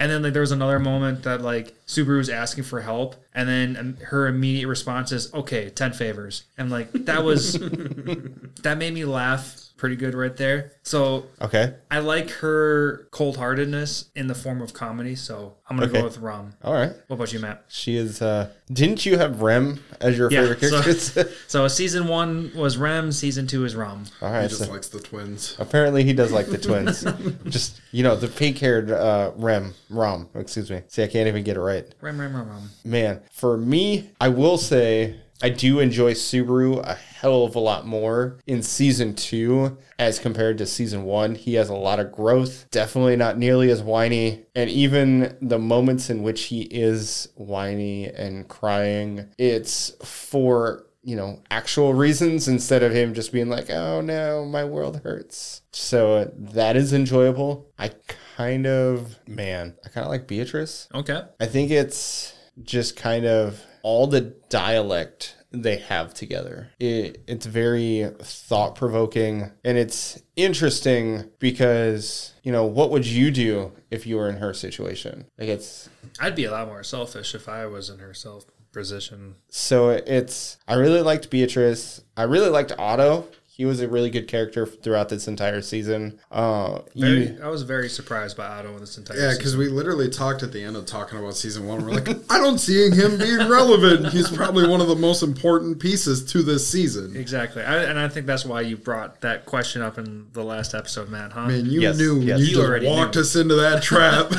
Speaker 1: And then like there was another moment that like Subaru was asking for help, and then um, her immediate response is okay, ten favors, and like that was that made me laugh pretty good right there. So
Speaker 3: Okay.
Speaker 1: I like her cold heartedness in the form of comedy. So I'm gonna
Speaker 3: Okay. Oh.
Speaker 1: go with Rom.
Speaker 3: All right.
Speaker 1: What about you, Matt?
Speaker 3: She is. uh Didn't you have Rem as your
Speaker 1: Yeah,
Speaker 3: favorite character?
Speaker 1: So season one was Rem, season two is Rom.
Speaker 3: All
Speaker 2: he
Speaker 3: right.
Speaker 2: just
Speaker 3: So
Speaker 2: likes the twins.
Speaker 3: apparently he does like the twins. Just you know the pink-haired uh, Rem Rom. Excuse me. See, I can't even get it right.
Speaker 1: Rem, Rem, Rem, Rem.
Speaker 3: Man, for me, I will say I do enjoy Subaru a hell of a lot more in season two as compared to season one. He has a lot of growth, definitely not nearly as whiny. And even the moments in which he is whiny and crying, it's for you know actual reasons instead of him just being like oh no my world hurts so uh, that is enjoyable i kind of man i kind of like beatrice
Speaker 1: Okay.
Speaker 3: I think it's just kind of all the dialect they have together. It, it's very thought provoking and it's interesting because, you know, what would you do if you were in her situation? Like, it's
Speaker 1: I'd be a lot more selfish if I was in her self position.
Speaker 3: so it's I really liked Beatrice. I really liked Otto. He was a really good character throughout this entire season. Uh,
Speaker 1: Very,
Speaker 3: you,
Speaker 1: I was very surprised by Otto in this entire
Speaker 2: Yeah,
Speaker 1: season.
Speaker 2: because we literally talked at the end of talking about season one. We're like, I don't see him being relevant. He's probably one of the most important pieces to this season.
Speaker 1: Exactly. I, and I think that's why you brought that question up in the last episode, Matt, huh?
Speaker 2: And you
Speaker 3: Yes,
Speaker 2: knew
Speaker 3: yes.
Speaker 2: you,
Speaker 3: You
Speaker 2: just
Speaker 1: already
Speaker 2: walked
Speaker 1: knew.
Speaker 2: us into that trap.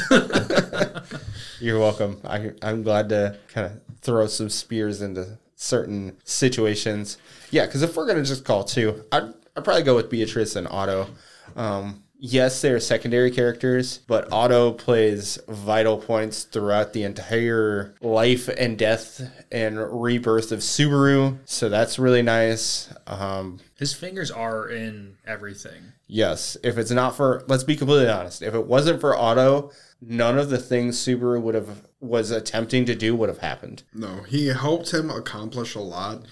Speaker 3: you're welcome. I, I'm glad to kind of throw some spears into certain situations. Yeah, because if we're gonna just call two, I'd, I'd probably go with Beatrice and Otto. Um, yes, they are secondary characters, but Otto plays vital points throughout the entire life and death and rebirth of Subaru. So that's really nice. Um,
Speaker 1: His fingers are in everything.
Speaker 3: Yes. If it's not for, let's be completely honest. If it wasn't for Auto, none of the things Subaru would have was attempting to do would have happened.
Speaker 2: No, he helped him accomplish a lot.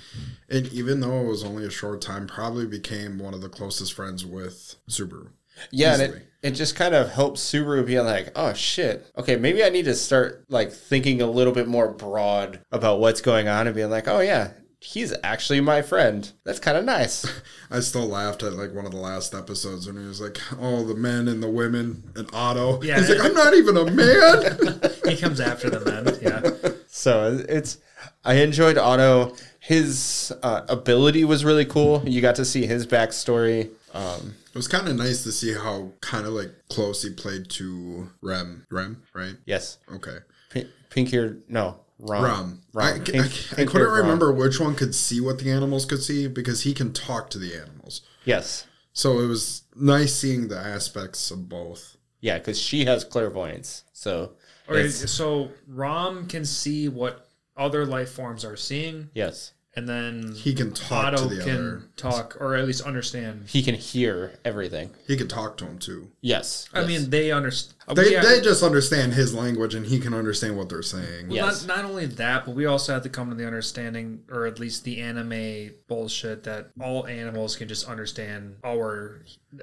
Speaker 2: And even though it was only a short time, probably became one of the closest friends with Subaru.
Speaker 3: Yeah, and it,
Speaker 2: Easily.
Speaker 3: it just kind of helps Subaru be like, oh shit, okay, maybe I need to start like thinking a little bit more broad about what's going on and being like, oh yeah, he's actually my friend. That's kind of nice.
Speaker 2: I still laughed at like one of the last episodes when he was like, "Oh, the men and the women and Otto."
Speaker 1: Yeah.
Speaker 2: he's like, "I'm not even a man."
Speaker 1: He comes after the men. Yeah.
Speaker 3: So it's I enjoyed Otto. His uh, ability was really cool. You got to see his backstory. Um,
Speaker 2: it was kind of nice to see how kind of like close he played to Rem. Rem, right?
Speaker 3: yes.
Speaker 2: Okay.
Speaker 3: Pink, pink ear, no, Rom.
Speaker 2: Rom. I, I-
Speaker 3: Rom. Pink-
Speaker 2: I
Speaker 3: pink-eared
Speaker 2: couldn't
Speaker 3: Rom.
Speaker 2: remember which one could see what the animals could see because he can talk to the animals.
Speaker 3: Yes.
Speaker 2: So it was nice seeing the aspects of both.
Speaker 3: Yeah, because she has clairvoyance. So,
Speaker 1: Okay,
Speaker 3: it's-
Speaker 1: so Rom can see what other life forms are seeing,
Speaker 3: yes.
Speaker 1: and then
Speaker 2: He can talk
Speaker 1: Otto
Speaker 2: to the
Speaker 1: can
Speaker 2: other.
Speaker 1: talk or at least understand.
Speaker 3: He can hear everything.
Speaker 2: He can talk to him too.
Speaker 3: Yes.
Speaker 1: I
Speaker 3: yes.
Speaker 1: mean, they understand.
Speaker 2: They, they just understand his language and he can understand what they're saying.
Speaker 3: Yeah. Yes.
Speaker 1: Not, not only that, but we also have to come to the understanding, or at least the anime bullshit, that all animals can just understand our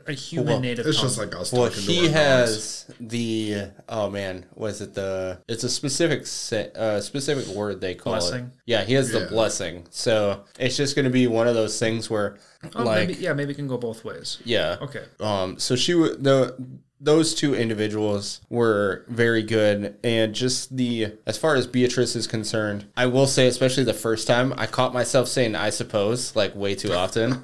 Speaker 1: a human
Speaker 3: Well,
Speaker 1: native
Speaker 2: It's
Speaker 1: tongue.
Speaker 2: just like us
Speaker 3: Well,
Speaker 2: talking to
Speaker 3: he
Speaker 2: our dogs.
Speaker 3: has the oh man, was it the? It's a specific se- uh, specific word they call
Speaker 1: Blessing?
Speaker 3: it. Yeah, he has the
Speaker 2: Yeah.
Speaker 3: blessing. So it's just going to be one of those things where,
Speaker 1: oh,
Speaker 3: like,
Speaker 1: maybe, yeah, maybe it can go both ways.
Speaker 3: yeah,
Speaker 1: Okay.
Speaker 3: um so she wa- the those two individuals were very good and just the as far as beatrice is concerned i will say especially the first time i caught myself saying i suppose like way too often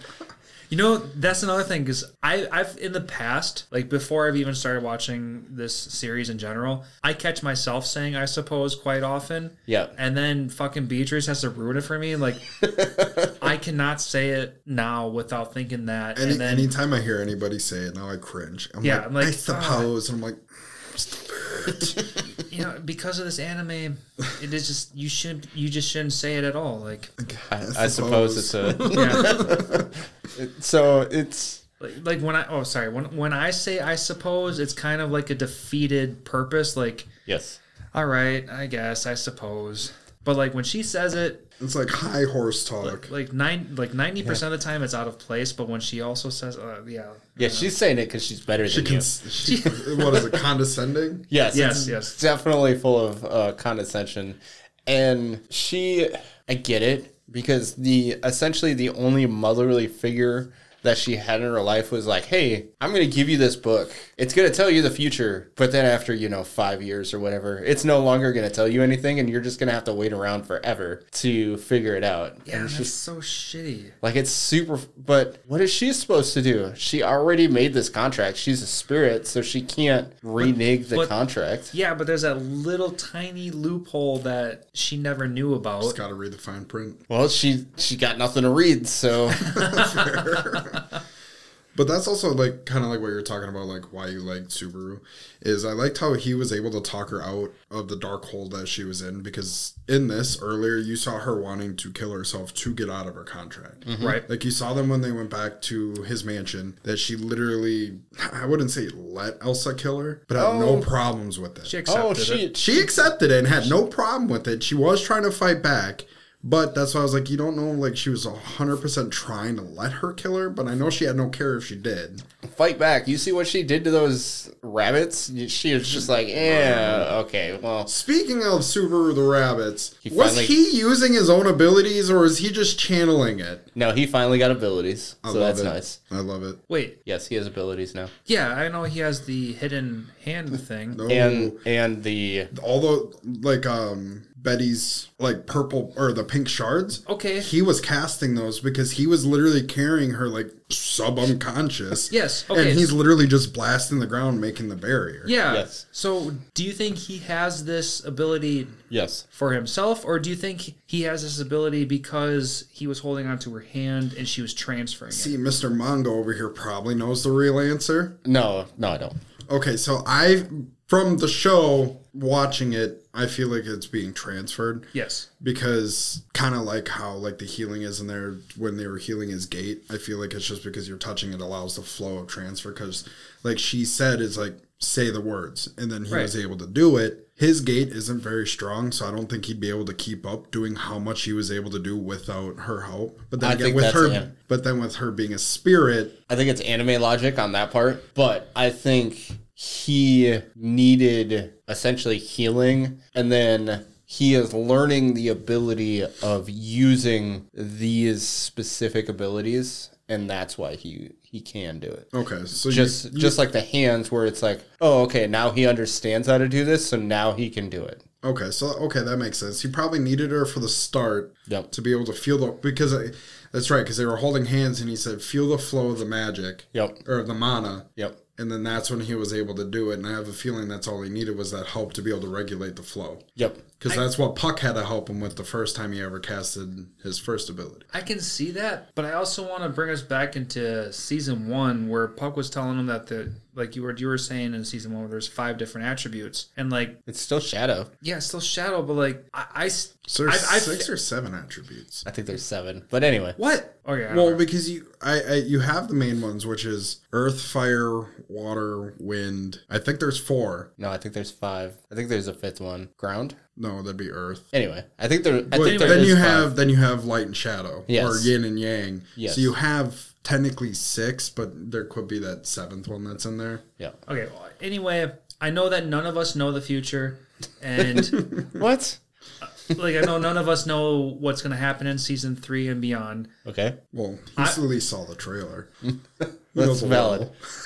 Speaker 1: You know, that's another thing because I, I've in the past, like before I've even started watching this series in general, I catch myself saying "I suppose" quite often.
Speaker 3: Yeah.
Speaker 1: And then fucking Beatrice has to ruin it for me. Like, I cannot say it now without thinking that.
Speaker 2: Any,
Speaker 1: and then
Speaker 2: anytime I hear anybody say it, now I cringe. I'm
Speaker 1: Yeah,
Speaker 2: like,
Speaker 1: I'm like,
Speaker 2: I suppose. And I'm like,
Speaker 1: you know, because of this anime, it is just you should you just shouldn't say it at all. Like,
Speaker 3: i, I suppose it's a
Speaker 1: yeah.
Speaker 3: so it's
Speaker 1: like, like when I oh sorry when when I say I suppose, it's kind of like a defeated purpose. Like,
Speaker 3: yes
Speaker 1: all right, I guess I suppose. But like when she says it,
Speaker 2: it's like high horse talk.
Speaker 1: like nine like ninety percent of the time it's out of place. But when she also says, uh, yeah,
Speaker 3: yeah she's saying it because she's better
Speaker 2: She
Speaker 3: than
Speaker 2: can,
Speaker 3: you
Speaker 2: s- she, what is it, condescending?
Speaker 3: yes
Speaker 1: Yes,
Speaker 3: it's
Speaker 1: yes.
Speaker 3: definitely full of uh, condescension and she i get it because the essentially the only motherly figure that she had in her life was like hey i'm gonna give you this book it's gonna tell you the future but then after you know five years or whatever it's no longer gonna tell you anything and you're just gonna have to wait around forever to figure it out
Speaker 1: yeah,
Speaker 3: and
Speaker 1: that's
Speaker 3: she's
Speaker 1: so shitty.
Speaker 3: like it's super, but what is she supposed to do? She already made this contract. She's a spirit, so she can't renege the
Speaker 1: but-
Speaker 3: contract.
Speaker 1: Yeah, but there's that little tiny loophole that she never knew about.
Speaker 2: Just gotta read the fine print.
Speaker 3: Well, she she got nothing to read, so
Speaker 2: But that's also like kind of like what you're talking about, like why you like Subaru, is I liked how he was able to talk her out of the dark hole that she was in because in this earlier you saw her wanting to kill herself to get out of her contract.
Speaker 1: Right.
Speaker 2: Like you saw them when they went back to his mansion that she literally, I wouldn't say let Elsa kill her, but had no problems with it.
Speaker 1: She accepted
Speaker 3: oh,
Speaker 1: it.
Speaker 3: she,
Speaker 2: She accepted it and had no problem with it. She was trying to fight back, but that's why I was like, you don't know, like she was hundred percent trying to let her kill her, but I know she had no care if she did.
Speaker 3: fight back. You see what she did to those rabbits? She was just like,
Speaker 2: Mm-hmm.
Speaker 3: yeah, okay, well,
Speaker 2: Speaking of Subaru the rabbits, was
Speaker 3: finally-
Speaker 2: he using his own abilities or is he just channeling it?
Speaker 3: no, he finally got abilities,
Speaker 2: I
Speaker 3: so
Speaker 2: love
Speaker 3: that's
Speaker 2: it.
Speaker 3: nice.
Speaker 2: I love it.
Speaker 1: Wait,
Speaker 3: Yes, he has abilities now,
Speaker 1: yeah, I know he has the hidden hand thing.
Speaker 2: No,
Speaker 3: and and the
Speaker 2: although like um Betty's like purple or the pink shards.
Speaker 1: Okay.
Speaker 2: He was casting those because he was literally carrying her like sub unconscious.
Speaker 1: Yes, okay.
Speaker 2: And he's literally just blasting the ground, making the barrier.
Speaker 1: Yeah.
Speaker 3: Yes.
Speaker 1: So, do you think he has this ability
Speaker 3: yes,
Speaker 1: for himself, or do you think he has this ability because he was holding onto her hand and she was transferring it?
Speaker 2: See, Mr. Mongo over here probably knows the real answer.
Speaker 3: no, no, I don't.
Speaker 2: Okay, so I from the show watching it, I feel like it's being transferred.
Speaker 1: Yes.
Speaker 2: because kind of like how like the healing is in there when they were healing his gate i feel like it's just because you're touching it allows the flow of transfer because like she said is like say the words and then he
Speaker 1: Right.
Speaker 2: was able to do it his gate isn't very strong so i don't think he'd be able to keep up doing how much he was able to do without her help but then
Speaker 3: I
Speaker 2: again
Speaker 3: think
Speaker 2: with
Speaker 3: that's
Speaker 2: her
Speaker 3: him.
Speaker 2: but then with her being a spirit
Speaker 3: I think it's anime logic on that part, but I think he needed essentially healing and then he is learning the ability of using these specific abilities and that's why he he can do it.
Speaker 2: okay so
Speaker 3: Just
Speaker 2: you,
Speaker 3: just like the hands where it's like, "Oh, okay, now he understands how to do this, so now he can do it."
Speaker 2: okay so okay that makes sense he probably needed her for the start
Speaker 3: Yep.
Speaker 2: to be able to feel the because I, that's right because they were holding hands and he said feel the flow of the magic
Speaker 3: Yep.
Speaker 2: or the mana
Speaker 3: Yep.
Speaker 2: and then that's when he was able to do it and i have a feeling that's all he needed was that help to be able to regulate the flow
Speaker 3: Yep.
Speaker 2: Because that's what Puck had to help him with the first time he ever casted his first ability.
Speaker 1: I can see that, but I also want to bring us back into season one where Puck was telling him that the like you were you were saying in season one where there's five different attributes and like
Speaker 3: It's still Shadow.
Speaker 1: yeah it's still shadow but like I, I s-
Speaker 2: So there's
Speaker 1: I- I-
Speaker 2: six or seven attributes.
Speaker 3: I think there's seven. But anyway,
Speaker 1: what
Speaker 3: Oh,
Speaker 1: okay I don't
Speaker 2: Well,
Speaker 1: know.
Speaker 2: because you, I, I, you have the main ones, which is earth, fire, water, wind. I think there's four.
Speaker 3: no, I think there's five. I think there's a fifth one. Ground.
Speaker 2: No, that'd be earth.
Speaker 3: Anyway, I think there. I
Speaker 2: But
Speaker 3: think there
Speaker 2: then
Speaker 3: is
Speaker 2: you
Speaker 3: five.
Speaker 2: have then you have light and shadow
Speaker 3: Yes.
Speaker 2: or yin and yang.
Speaker 3: Yes.
Speaker 2: So you have technically six, but there could be that seventh one that's in there.
Speaker 3: Yeah.
Speaker 1: okay well, anyway I know that none of us know the future and
Speaker 3: What?
Speaker 1: like I know none of us know what's gonna happen in season three and beyond
Speaker 3: Okay,
Speaker 2: Well, he at least saw the trailer. He knows
Speaker 3: that's
Speaker 2: the
Speaker 3: valid.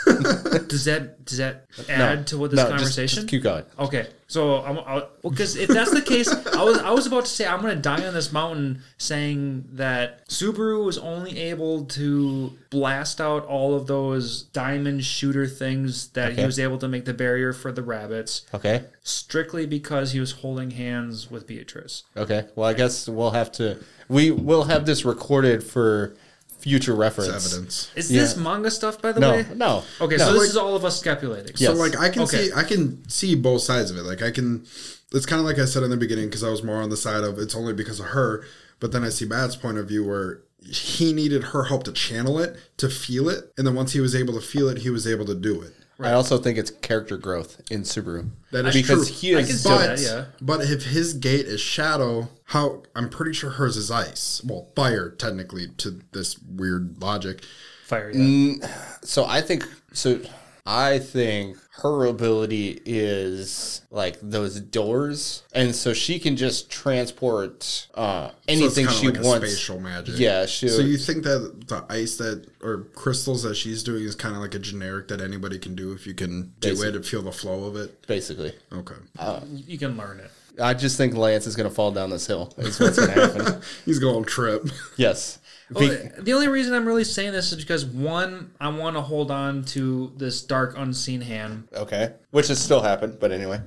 Speaker 2: level.
Speaker 1: does that does that add to what this
Speaker 3: No, just-
Speaker 1: conversation
Speaker 3: just keep going.
Speaker 1: Okay, so I'm because if that's the case, I was I was about to say I'm gonna die on this mountain saying that Subaru was only able to blast out all of those diamond shooter things that he
Speaker 3: Okay.
Speaker 1: was able to make the barrier for the rabbits
Speaker 3: Okay.
Speaker 1: strictly because he was holding hands with Beatrice.
Speaker 3: Okay. Well, I guess we'll have to. We will have this recorded for future reference.
Speaker 2: It's evidence.
Speaker 1: Is this manga stuff by the
Speaker 3: No.
Speaker 1: way?
Speaker 3: No.
Speaker 1: Okay,
Speaker 3: No.
Speaker 1: so this is all of us scapulating.
Speaker 3: Yeah.
Speaker 2: So
Speaker 3: Yes.
Speaker 2: like I can
Speaker 1: Okay.
Speaker 2: see I can see both sides of it. Like I can it's kind of like I said in the beginning because I was more on the side of it's only because of her, but then I see Matt's point of view where he needed her help to channel it, to feel it, and then once he was able to feel it, he was able to do it.
Speaker 3: I also think it's character growth in Subaru.
Speaker 2: That is
Speaker 3: because
Speaker 2: true.
Speaker 3: he
Speaker 1: I
Speaker 3: is
Speaker 1: can see
Speaker 3: so-
Speaker 1: that,
Speaker 2: But
Speaker 1: yeah.
Speaker 2: but if his gate is shadow, how I'm pretty sure hers is ice. Well, fire technically to this weird logic.
Speaker 1: Fire.
Speaker 3: Mm.
Speaker 1: Yeah.
Speaker 3: so I think so I think her ability is like those doors and so she can just transport uh
Speaker 2: So it's
Speaker 3: anything
Speaker 2: kinda
Speaker 3: she
Speaker 2: like
Speaker 3: wants.
Speaker 2: A spatial magic.
Speaker 3: Yeah, she
Speaker 2: So you think that the ice that or crystals that she's doing is kind of like a generic that anybody can do if you can do it and feel the flow of it?
Speaker 3: basically.
Speaker 2: Okay.
Speaker 3: Uh,
Speaker 1: You can learn it.
Speaker 3: I just think Lance is going to fall down this hill. Is what's going to happen.
Speaker 2: He's going trip.
Speaker 3: yes.
Speaker 1: Well,
Speaker 3: Be-
Speaker 1: the only reason I'm really saying this is because one, I want to hold on to this dark unseen hand,
Speaker 4: Okay.
Speaker 3: which has still happened, but anyway.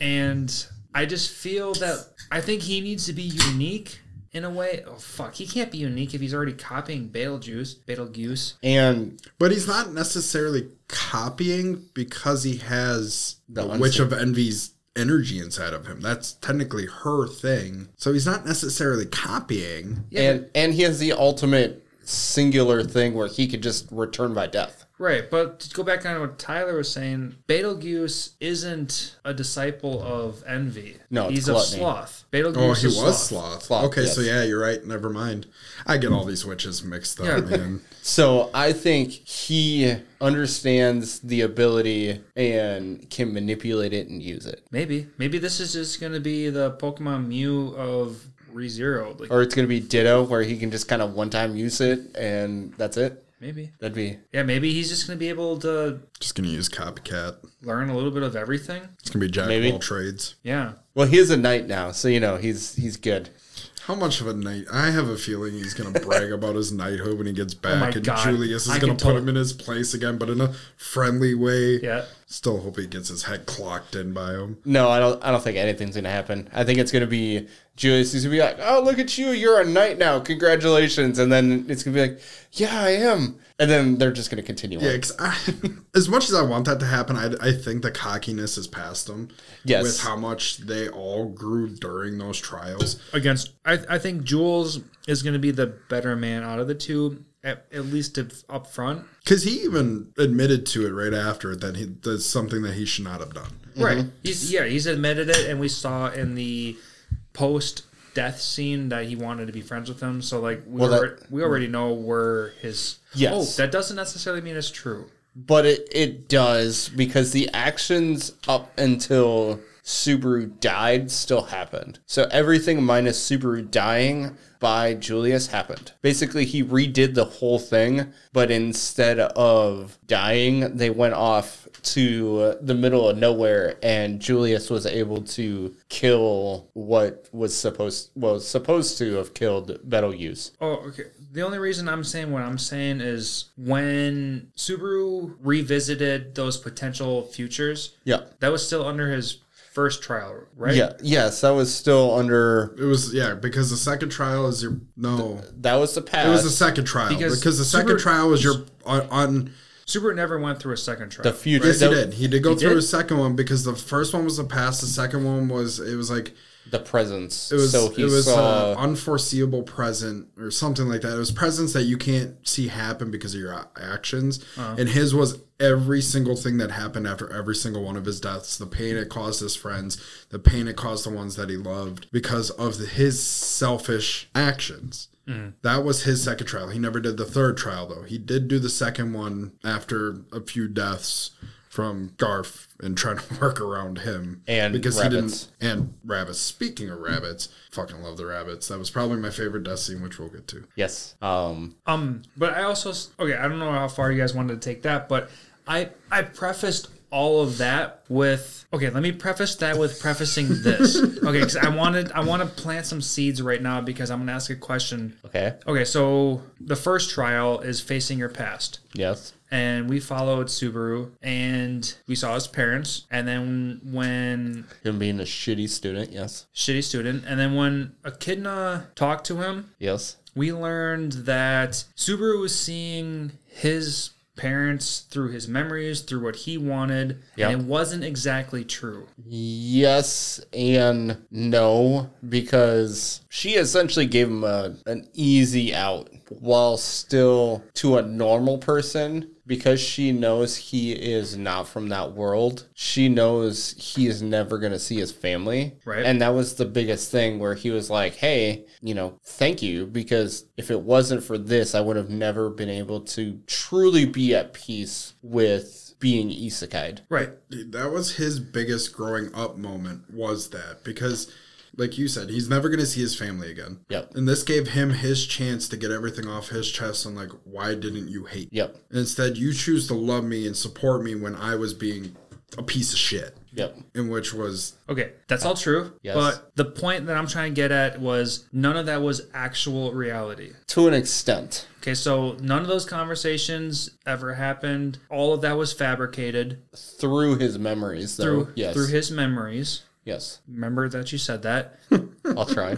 Speaker 1: and I just feel that I think he needs to be unique in a way. Oh fuck, he can't be unique if he's already copying Betelgeuse. Betelgeuse.
Speaker 3: And
Speaker 2: But he's not necessarily copying because he has the,
Speaker 3: unseen-
Speaker 2: Witch of Envy's energy inside of him. That's technically her thing. So he's not necessarily copying.
Speaker 1: Yeah,
Speaker 3: and and he has the ultimate singular thing where he could just return by death.
Speaker 1: Right, but to go back on what Tyler was saying, Betelgeuse isn't a disciple of envy.
Speaker 3: No, it's
Speaker 1: he's
Speaker 3: gluttony.
Speaker 1: a sloth. Betelgeuse
Speaker 2: Oh, he
Speaker 1: is
Speaker 2: was
Speaker 1: sloth.
Speaker 2: sloth.
Speaker 3: Sloth,
Speaker 2: okay, so
Speaker 3: yes.
Speaker 2: yeah, you're right. Never mind. I get all these witches mixed up,
Speaker 1: Yeah.
Speaker 2: man.
Speaker 3: So I think he understands the ability and can manipulate it and use it.
Speaker 1: Maybe, maybe this is just gonna be the Pokemon Mew of ReZero. Like,
Speaker 3: Or it's gonna be Ditto where he can just kind of one time use it and that's it.
Speaker 1: maybe.
Speaker 3: That'd be
Speaker 1: Yeah, maybe he's just gonna be able to
Speaker 2: Just gonna use copycat.
Speaker 1: learn a little bit of everything.
Speaker 2: It's gonna be jack
Speaker 3: Maybe.
Speaker 2: of all trades.
Speaker 1: Yeah.
Speaker 3: well he is a knight now, so you know he's he's good.
Speaker 2: How much of a knight? I have a feeling he's gonna brag about his knighthood when he gets
Speaker 1: Oh my
Speaker 2: back, and
Speaker 1: God.
Speaker 2: Julius is
Speaker 1: I
Speaker 2: gonna
Speaker 1: can
Speaker 2: put
Speaker 1: tell-
Speaker 2: him in his place again, but in a friendly way.
Speaker 1: Yeah.
Speaker 2: Still hope he gets his head clocked in by him.
Speaker 3: No, I don't I don't think anything's gonna happen. I think it's gonna be Julius is gonna be like, Oh look at you, you're a knight now, congratulations and then it's gonna be like, Yeah, I am and then they're just gonna continue
Speaker 2: Yeah,
Speaker 3: on.
Speaker 2: 'cause I, as much as I want that to happen, I, I think the cockiness is past him.
Speaker 3: Yes.
Speaker 2: With how much they all grew during those trials.
Speaker 1: Against, I, I think Jules is going to be the better man out of the two, at, at least if- up front.
Speaker 2: Because he even admitted to it right after that he that's something that he should not have done.
Speaker 3: Mm-hmm.
Speaker 1: Right. He's yeah. He's admitted it, and we saw in the post death scene that he wanted to be friends with him. So like we
Speaker 3: Well, that-
Speaker 1: alre- we already know where his oh,
Speaker 3: Yes.
Speaker 1: that doesn't necessarily mean it's true.
Speaker 3: But it, it does because the actions up until Subaru died still happened. So everything minus Subaru dying by Julius happened. Basically, he redid the whole thing, but instead of dying, they went off to the middle of nowhere, and Julius was able to kill what was supposed well supposed to have killed Betelgeuse.
Speaker 1: Oh, okay. The only reason I'm saying what I'm saying is when Subaru revisited those potential futures,
Speaker 3: Yeah.
Speaker 1: that was still under his first trial, right?
Speaker 3: Yeah. Yes, that was still under.
Speaker 2: It was yeah because the second trial is your no.
Speaker 3: That was the past.
Speaker 2: It was the second trial
Speaker 1: Uh, Because
Speaker 2: because, the second
Speaker 1: Super-
Speaker 2: trial was your on. on
Speaker 1: Super never went through a second trial.
Speaker 3: the future.
Speaker 2: yes, he
Speaker 3: the,
Speaker 2: did. He did go
Speaker 1: He
Speaker 2: through
Speaker 1: did?
Speaker 2: his second one because the first one was the past. The second one was it was like
Speaker 3: The presence.
Speaker 2: it was
Speaker 3: so he
Speaker 2: it was
Speaker 3: saw.
Speaker 2: uh, unforeseeable present or something like that. It was presents that you can't see happen because of your a- actions.
Speaker 3: Uh-huh.
Speaker 2: And his was every single thing that happened after every single one of his deaths. The pain it caused his friends, the pain it caused the ones that he loved because of the, his selfish actions.
Speaker 3: Mm.
Speaker 2: That was his second trial. He never did the third trial though. He did do the second one after a few deaths from Garf and trying to work around him
Speaker 3: And rabbits.
Speaker 2: he didn't and rabbits. Speaking of rabbits, fucking love the rabbits. That was probably my favorite death scene, which we'll get to.
Speaker 3: yes. Um.
Speaker 1: Um, but I also s- okay. I don't know how far you guys wanted to take that, but I I prefaced all of that with okay. Let me preface that with prefacing this. okay, because I wanted I want to plant some seeds right now because I'm gonna ask a question.
Speaker 3: Okay.
Speaker 1: Okay, so the first trial is facing your past.
Speaker 3: Yes.
Speaker 1: And we followed Subaru and we saw his parents. And then when
Speaker 3: Him being a shitty student. Yes.
Speaker 1: shitty student, and then when Echidna talked to him,
Speaker 3: Yes.
Speaker 1: we learned that Subaru was seeing his parents through his memories, through what he wanted,
Speaker 3: Yeah.
Speaker 1: and it wasn't exactly true.
Speaker 3: Yes and no, because she essentially gave him a, an easy out while still to a normal person. Because she knows he is not from that world, she knows he is never going to see his family.
Speaker 1: Right.
Speaker 3: And that was the biggest thing where he was like, hey, you know, thank you, because if it wasn't for this, I would have never been able to truly be at peace with being isekai'd.
Speaker 1: Right.
Speaker 2: That was his biggest growing up moment, was that because like you said, he's never gonna see his family again.
Speaker 3: Yep.
Speaker 2: And this gave him his chance to get everything off his chest on like, why didn't you hate? me?
Speaker 3: Yep.
Speaker 2: And instead you choose to love me and support me when I was being a piece of shit.
Speaker 3: Yep.
Speaker 2: And which was
Speaker 1: Okay, that's all true.
Speaker 3: Yes.
Speaker 1: But the point that I'm trying to get at was none of that was actual reality.
Speaker 3: To an extent.
Speaker 1: Okay, so none of those conversations ever happened. All of that was fabricated
Speaker 3: through his memories, though.
Speaker 1: through
Speaker 3: yes,
Speaker 1: through his memories.
Speaker 3: yes,
Speaker 1: Remember that you said that.
Speaker 3: I'll try.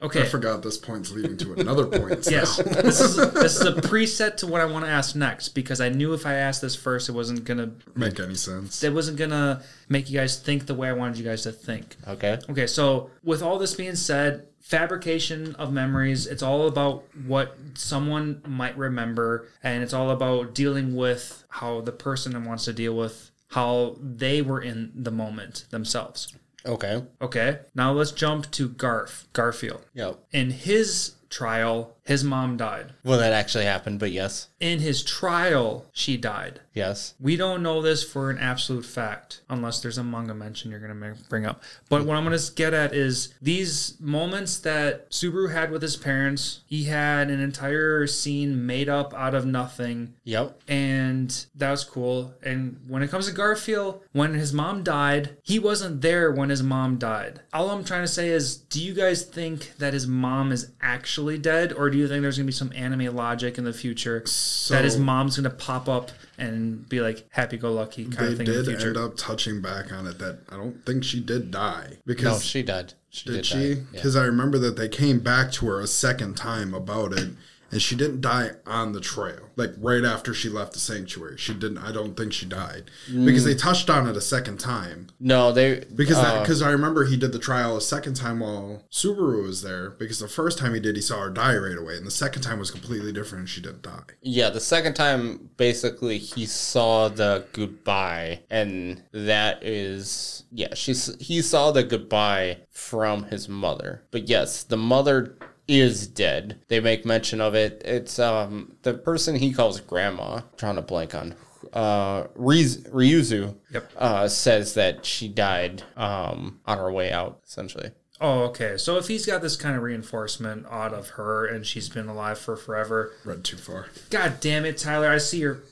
Speaker 1: Okay.
Speaker 2: I forgot this point's leading to another point. so-
Speaker 1: Yes, this is this is a preset to what I want to ask next because I knew if I asked this first, it wasn't gonna
Speaker 2: Make any sense.
Speaker 1: it wasn't gonna make you guys think the way I wanted you guys to think.
Speaker 3: okay,
Speaker 1: Okay, so with all this being said, fabrication of memories, it's all about what someone might remember and it's all about dealing with how the person wants to deal with how they were in the moment themselves.
Speaker 3: okay,
Speaker 1: Okay. Now let's jump to Garf, Garfield.
Speaker 3: yeah.
Speaker 1: In his trial, his mom died.
Speaker 3: Well, that actually happened, but yes,
Speaker 1: In his trial, she died.
Speaker 3: yes,
Speaker 1: We don't know this for an absolute fact, unless there's a manga mention you're going to bring up. But what I'm going to get at is these moments that Subaru had with his parents, he had an entire scene made up out of nothing.
Speaker 3: yep,
Speaker 1: And that was cool. And when it comes to Garfield, when his mom died, he wasn't there when his mom died. All I'm trying to say is do you guys think that his mom is actually dead? Or do you think there's going to be some anime logic in the future
Speaker 2: So
Speaker 1: that his mom's gonna pop up and be like happy go lucky kind
Speaker 2: they
Speaker 1: of thing in the
Speaker 2: did
Speaker 1: future.
Speaker 2: end up touching back on it that I don't think she did die because
Speaker 3: no, she died. She
Speaker 2: did,
Speaker 3: did,
Speaker 2: she?
Speaker 3: die. Yeah.
Speaker 2: Because I remember that they came back to her a second time about it, and she didn't die on the trail. Like right after she left the sanctuary, she didn't. I don't think she died
Speaker 3: Mm.
Speaker 2: because they touched on it a second time.
Speaker 3: No, they um,
Speaker 2: Because
Speaker 3: Uh.
Speaker 2: because I remember he did the trial a second time while Subaru was there. Because the first time he did, he saw her die right away, and the second time was completely different, and she didn't die.
Speaker 3: Yeah, the second time, basically, he saw the goodbye, and that is, yeah, she's he saw the goodbye from his mother. But yes, the mother is dead. They make mention of it. It's um the person he calls grandma. trying to blank on. Uh, Riz- Ryuzu
Speaker 1: Yep.
Speaker 3: uh, says that she died um, on her way out, essentially.
Speaker 1: oh, okay. So if he's got this kind of reinforcement out of her and she's been alive for forever,
Speaker 2: Read too far.
Speaker 1: god damn it, Tyler, I see your.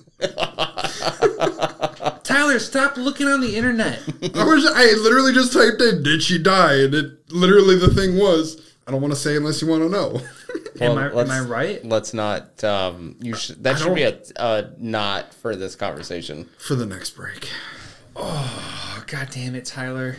Speaker 1: Tyler, stop looking on the internet.
Speaker 2: I was I literally just typed in "Did she die?" and it literally the thing was I don't want to say unless you want to know.
Speaker 1: Am
Speaker 3: Well,
Speaker 1: I, am
Speaker 3: let's-
Speaker 1: I right?
Speaker 3: Let's not. Um, you should. That should be a, a not for this conversation.
Speaker 2: For the next break,
Speaker 1: Oh, God damn it, Tyler.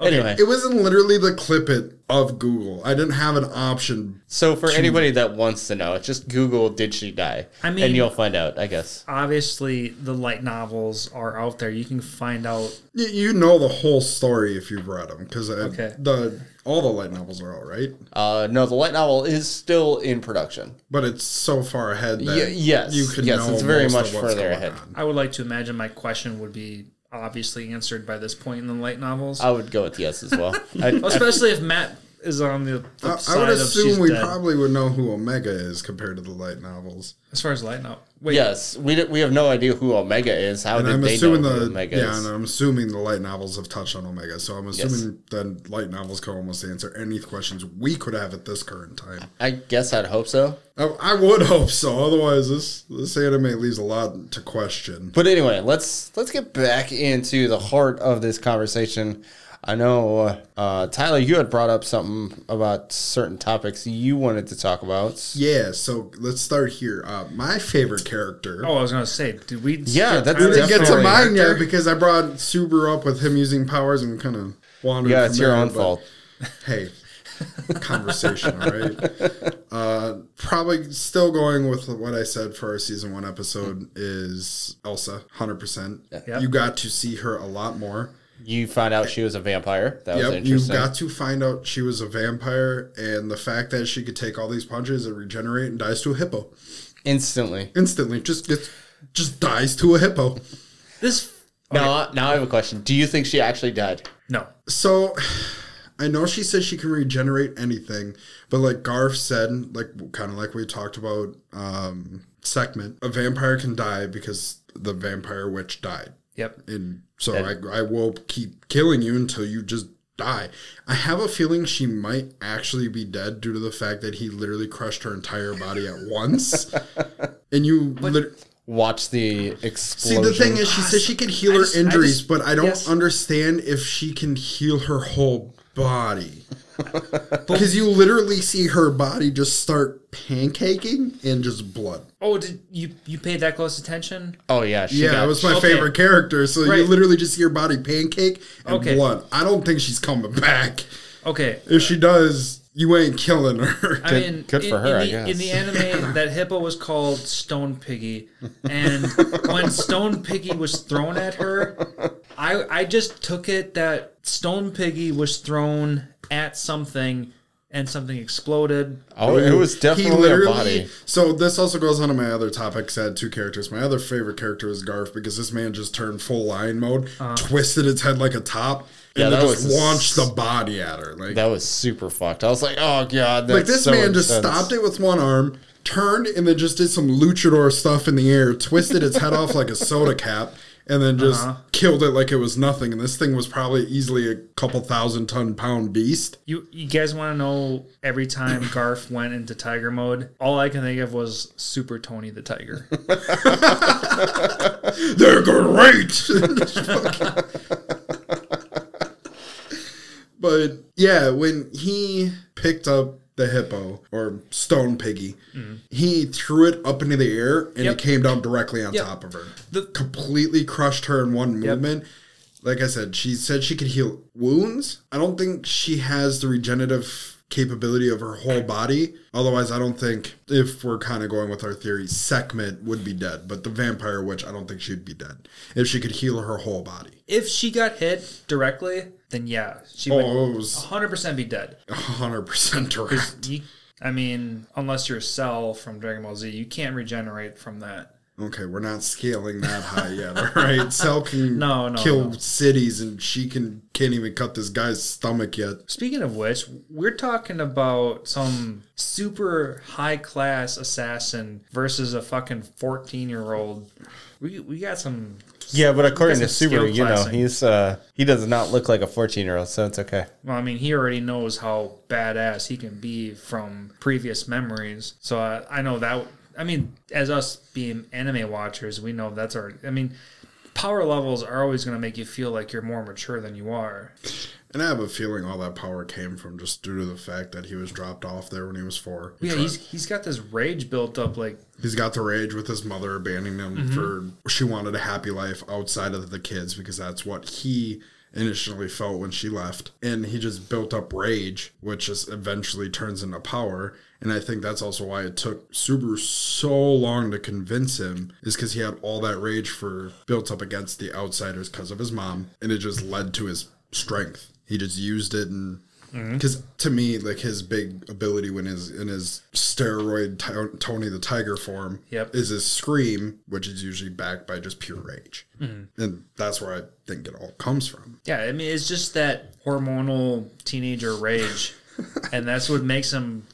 Speaker 5: Anyway,
Speaker 2: It was in literally the clip it of Google. I didn't have an option.
Speaker 5: so for anybody that wants to know, just Google "Did she die?"
Speaker 1: I mean-
Speaker 5: and you'll find out, I guess.
Speaker 1: Obviously, the light novels are out there. You can find out.
Speaker 2: You, you know the whole story if you've read them because
Speaker 1: Okay.
Speaker 2: the all the light novels are all right,
Speaker 5: Uh, no, the light novel is still in production.
Speaker 2: but it's so far ahead that
Speaker 5: Y- yes,
Speaker 2: you could
Speaker 5: yes,
Speaker 2: know
Speaker 5: it's very
Speaker 2: most
Speaker 5: much
Speaker 2: of what's
Speaker 5: further
Speaker 2: going
Speaker 5: ahead.
Speaker 2: on.
Speaker 1: I would like to imagine my question would be obviously answered by this point in the light novels.
Speaker 5: I would go with yes as well. I,
Speaker 1: Especially if Matt is on the flip
Speaker 2: I, I
Speaker 1: side
Speaker 2: would
Speaker 1: of she's
Speaker 2: assume we
Speaker 1: dead.
Speaker 2: probably would know who Omega is compared to the light novels.
Speaker 1: as far as light novel. Wait,
Speaker 5: yes, we d- we have no idea who Omega is. How
Speaker 2: And
Speaker 5: did
Speaker 2: I'm
Speaker 5: they know
Speaker 2: assuming
Speaker 5: who
Speaker 2: the
Speaker 5: Omega
Speaker 2: yeah,
Speaker 5: is?
Speaker 2: and I'm assuming the light novels have touched on Omega, so I'm assuming the light novels can almost answer any questions we could have at this current time.
Speaker 5: I guess I'd hope so.
Speaker 2: I, I would hope so. Otherwise, this this anime leaves a lot to question.
Speaker 5: But anyway, let's let's get back into the heart of this conversation. I know uh, Tyler, you had brought up something about certain topics you wanted to talk about.
Speaker 2: Yeah, so let's start here. Uh, my favorite character.
Speaker 1: Oh, I was gonna say, did we?
Speaker 5: Yeah,
Speaker 1: skip
Speaker 5: that's
Speaker 2: we
Speaker 1: Tyler's
Speaker 2: didn't get to
Speaker 5: definitely.
Speaker 2: mine
Speaker 1: character?
Speaker 2: yet because I brought Subaru up with him using powers and kind of wandered.
Speaker 5: Yeah,
Speaker 2: from
Speaker 5: it's your
Speaker 2: there,
Speaker 5: own
Speaker 2: but
Speaker 5: fault.
Speaker 2: Hey, conversation, all right? Uh, probably still going with what I said for our season one episode is Elsa, hundred percent.
Speaker 1: Yep.
Speaker 2: You got to see her a lot more.
Speaker 5: You found out she was a vampire. That was
Speaker 2: Yep, you
Speaker 5: interesting.
Speaker 2: got to find out she was a vampire, and the fact that she could take all these punches and regenerate and dies to a hippo
Speaker 5: Instantly.
Speaker 2: instantly, just gets, just dies to a hippo.
Speaker 1: This
Speaker 5: Now, now I have a question. Do you think she actually died?
Speaker 1: no.
Speaker 2: So I know she said she can regenerate anything, but like Garf said, like kind of like we talked about um segment, a vampire can die because the vampire witch died.
Speaker 1: Yep.
Speaker 2: And so I I will keep killing you until you just die. I have a feeling she might actually be dead due to the fact that he literally crushed her entire body at once. and you lit-
Speaker 5: Watch the explosion.
Speaker 2: See, the thing is, she says she can heal
Speaker 1: I
Speaker 2: her
Speaker 1: just- I
Speaker 2: injuries,
Speaker 1: just-
Speaker 2: but I don't
Speaker 1: yes.
Speaker 2: understand if she can heal her whole body. Because you literally see her body just start pancaking and just blood.
Speaker 1: Oh, did you you paid that close attention?
Speaker 5: oh yeah, she
Speaker 2: Yeah,
Speaker 5: got,
Speaker 2: it was my
Speaker 1: okay.
Speaker 2: favorite character. So you
Speaker 1: Right.
Speaker 2: literally just see her body pancake and
Speaker 1: Okay.
Speaker 2: blood. I don't think she's coming back.
Speaker 1: Okay.
Speaker 2: If she does, you ain't killing her.
Speaker 1: I mean,
Speaker 5: good
Speaker 1: in,
Speaker 5: for her,
Speaker 1: In
Speaker 5: I
Speaker 1: the,
Speaker 5: guess.
Speaker 1: in the anime, that hippo was called Stone Piggy, and when Stone Piggy was thrown at her, I I just took it that Stone Piggy was thrown at something, and something exploded.
Speaker 5: Oh, it was definitely a body.
Speaker 2: So this also goes on to my other topics. I had two characters. My other favorite character is Garf because this man just turned full lion mode, twisted its head like a top, and
Speaker 5: Yeah,
Speaker 2: then
Speaker 5: that
Speaker 2: just
Speaker 5: was a
Speaker 2: launched
Speaker 5: s-
Speaker 2: the body at her. Like,
Speaker 5: That was super fucked. I was like, oh god, that's
Speaker 2: like this
Speaker 5: so
Speaker 2: man just
Speaker 5: intense.
Speaker 2: stopped it with one arm, turned, and then just did some luchador stuff in the air, twisted its head off like a soda cap, and then just killed it like it was nothing. And this thing was probably easily a couple thousand ton pound beast.
Speaker 1: You you guys want to know every time Garf went into tiger mode, all I can think of was Super Tony the Tiger.
Speaker 2: They're great. but yeah, when he picked up the hippo or stone piggy, he threw it up into the air and
Speaker 1: Mm-hmm. Yep.
Speaker 2: it came down directly on
Speaker 1: Yep.
Speaker 2: top of her.
Speaker 1: The-
Speaker 2: Completely crushed her in one
Speaker 1: Yep.
Speaker 2: movement. Like I said, she said she could heal wounds. I don't think she has the regenerative capability of her whole body. Otherwise, I don't think if we're kind of going with our theory, Sekhmet would be dead, but the vampire witch, I don't think she'd be dead if she could heal her whole body.
Speaker 1: if she got hit directly, then yeah, she would
Speaker 2: Oh, it was
Speaker 1: 100% be dead.
Speaker 2: 100% direct.
Speaker 1: You, I mean, unless you're Cell from Dragon Ball Z, you can't regenerate from that.
Speaker 2: Okay, we're not scaling that high yet, all right? Cell can
Speaker 1: No, no,
Speaker 2: kill
Speaker 1: no.
Speaker 2: cities and she can can't even cut this guy's stomach yet.
Speaker 1: Speaking of which, we're talking about some super high class assassin versus a fucking 14 year old. We, we got some.
Speaker 5: Yeah, but according to
Speaker 1: That's a skill
Speaker 5: Subaru, you know,
Speaker 1: classing.
Speaker 5: he's uh he does not look like a fourteen year old, so it's okay.
Speaker 1: Well, I mean, he already knows how badass he can be from previous memories. So I, I know that. I mean, as us being anime watchers, we know that's our. I mean, power levels are always going to make you feel like you're more mature than you are.
Speaker 2: And I have a feeling all that power came from just due to the fact that he was dropped off there when he was four.
Speaker 1: Yeah, he's he's got this rage built up. Like
Speaker 2: He's got the rage with his mother abandoning him for she wanted a happy life outside of the kids because that's what he initially felt when she left. And he just built up rage, which just eventually turns into power. And I think that's also why it took Subaru so long to convince him, is because he had all that rage for built up against the outsiders because of his mom. And it just led to his strength. He just used it and
Speaker 1: Mm-hmm.
Speaker 2: because to me, like his big ability when his in his steroid t- Tony the Tiger form,
Speaker 1: Yep.
Speaker 2: is his scream, which is usually backed by just pure rage,
Speaker 1: Mm-hmm.
Speaker 2: and that's where I think it all comes from.
Speaker 1: Yeah, I mean, it's just that hormonal teenager rage, and that's what makes him.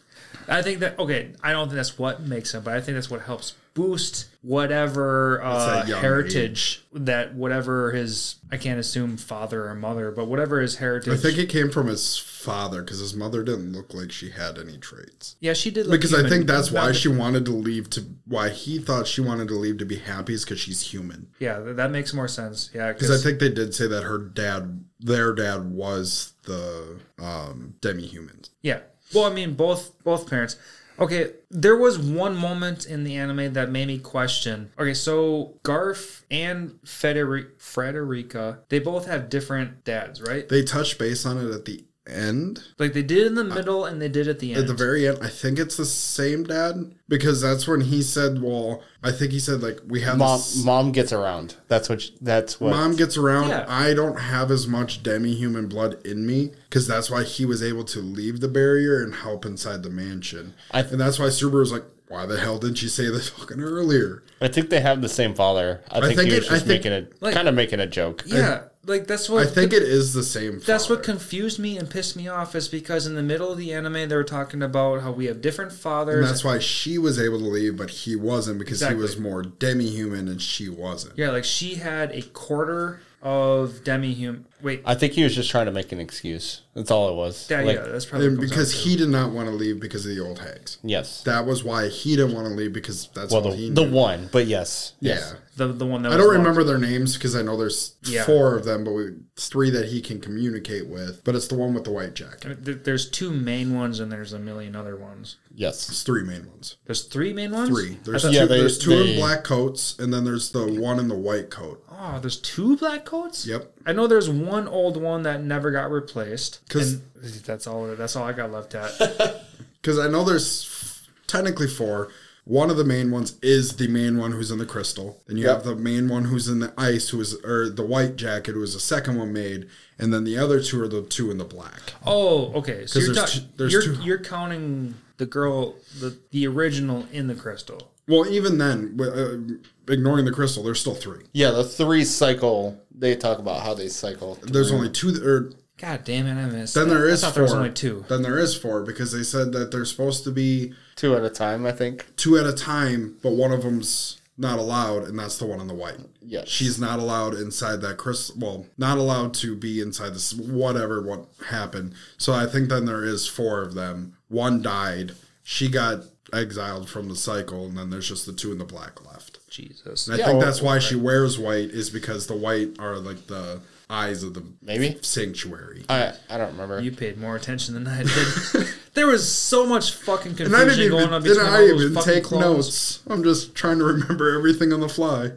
Speaker 1: I think that okay. I don't think that's what makes him, but I think that's what helps boost whatever uh,
Speaker 2: that young
Speaker 1: heritage that whatever his. I can't assume father or mother, but whatever his heritage.
Speaker 2: I think it came from his father because his mother didn't look like she had any traits.
Speaker 1: yeah, she did. Look
Speaker 2: Because I
Speaker 1: human.
Speaker 2: think that's why
Speaker 1: That-
Speaker 2: she wanted to leave to why he thought she wanted to leave to be happy is because she's human.
Speaker 1: Yeah, th- that makes more sense. Yeah,
Speaker 2: Because I think they did say that her dad, their dad, was the um, demi humans.
Speaker 1: Yeah. Well, I mean, both both parents. Okay, there was one moment in the anime that made me question. Okay, so Garf and Federi- Frederica, they both have different dads, right?
Speaker 2: They touched base on it at the end.
Speaker 1: Like they did in the middle and they did at the end.
Speaker 2: At the very end, I think it's the same dad because that's when he said, "Well, I think he said like we have
Speaker 5: Mom,
Speaker 2: this-
Speaker 5: mom gets around. That's what. She, that's what.
Speaker 2: mom gets around.
Speaker 1: Yeah.
Speaker 2: I don't have as much demi-human blood in me because that's why he was able to leave the barrier and help inside the mansion.
Speaker 5: I th-
Speaker 2: and that's why Subaru was like, "Why the hell didn't you say this fucking earlier?"
Speaker 5: I think they have the same father. I think,
Speaker 2: think
Speaker 5: he was
Speaker 2: it- I
Speaker 5: just
Speaker 2: think-
Speaker 5: making a
Speaker 1: like-
Speaker 5: kind of making a joke.
Speaker 1: yeah, like that's
Speaker 2: I
Speaker 1: what
Speaker 2: think it is the same.
Speaker 1: that's what
Speaker 2: father.
Speaker 1: confused me and pissed me off is because in the middle of the anime they were talking about how we have different
Speaker 2: And
Speaker 1: fathers.
Speaker 2: that's why she was able to leave, but he wasn't because
Speaker 1: Exactly.
Speaker 2: he was more demi-human and she wasn't.
Speaker 1: yeah, like she had a quarter of demi human. Wait,
Speaker 5: I think he was just trying to make an excuse. That's all it was.
Speaker 1: yeah,
Speaker 5: Like,
Speaker 1: yeah, that's probably
Speaker 2: And
Speaker 1: what comes out
Speaker 2: because
Speaker 1: to.
Speaker 2: he did not want to leave because of the old hags.
Speaker 5: Yes.
Speaker 2: That was why he didn't want to leave because that's
Speaker 5: Well,
Speaker 2: all he
Speaker 5: the,
Speaker 2: knew.
Speaker 5: the one, but yes.
Speaker 2: Yeah.
Speaker 5: Yes.
Speaker 1: the the one that
Speaker 2: I
Speaker 1: was
Speaker 2: don't
Speaker 1: locked
Speaker 2: remember their names because I know there's
Speaker 1: Yeah.
Speaker 2: four of them, but we, it's three that he can communicate with. But it's the one with the white jacket.
Speaker 1: There- There's two main ones and there's a million other ones.
Speaker 5: Yes.
Speaker 2: It's three main ones.
Speaker 1: The's three main ones.
Speaker 2: Three. There's
Speaker 1: I
Speaker 2: two,
Speaker 1: thought-
Speaker 5: Yeah, they-
Speaker 2: there's two
Speaker 5: they-
Speaker 2: in black coats, and then there's the one in the white coat.
Speaker 1: Oh, there's two black coats.
Speaker 2: Yep.
Speaker 1: I know there's one old one that never got replaced.
Speaker 2: 'Cause-
Speaker 1: and that's all. That's all I got left at.
Speaker 2: Because I know there's f- technically four. One of the main ones is the main one who's in the crystal. Then you have the main one who's in the ice, who is or the white jacket, who is the second one made, and then the other two are the two in the black.
Speaker 1: oh, okay. So
Speaker 2: 'Cause
Speaker 1: you're,
Speaker 2: there's
Speaker 1: talk-
Speaker 2: two- there's
Speaker 1: you're,
Speaker 2: two.
Speaker 1: you're counting the girl, the the original in the crystal.
Speaker 2: Well, even then, w- uh, ignoring the crystal, there's still three.
Speaker 5: Yeah, the three cycle. They talk about how they cycle.
Speaker 2: There's only two, th- or
Speaker 1: God damn it! I missed.
Speaker 2: then
Speaker 1: that.
Speaker 2: there is
Speaker 1: I thought
Speaker 2: four.
Speaker 1: there was only two.
Speaker 2: Then there is four because they said that they're supposed to be
Speaker 5: two at a time. I think.
Speaker 2: two at a time, but one of them's not allowed, and that's the one in the white.
Speaker 5: Yes.
Speaker 2: she's not allowed inside that crystal. Well, not allowed to be inside this. Whatever what happened. So I think then there is four of them. One died. She got exiled from the cycle, and then there's just the two in the black left.
Speaker 1: Jesus.
Speaker 2: And I
Speaker 5: Yeah,
Speaker 2: think
Speaker 5: well-
Speaker 2: that's why she wears white is because the white are like the eyes of the
Speaker 5: Maybe.
Speaker 2: sanctuary.
Speaker 1: Uh,
Speaker 5: I I don't remember.
Speaker 1: You paid more attention than I did. there was so much fucking
Speaker 2: And I
Speaker 1: confusion
Speaker 2: didn't
Speaker 1: going
Speaker 2: even,
Speaker 1: on
Speaker 2: did
Speaker 1: between
Speaker 2: I
Speaker 1: all those
Speaker 2: even
Speaker 1: fucking
Speaker 2: take
Speaker 1: clones.
Speaker 2: notes? I'm just trying to remember everything on the fly.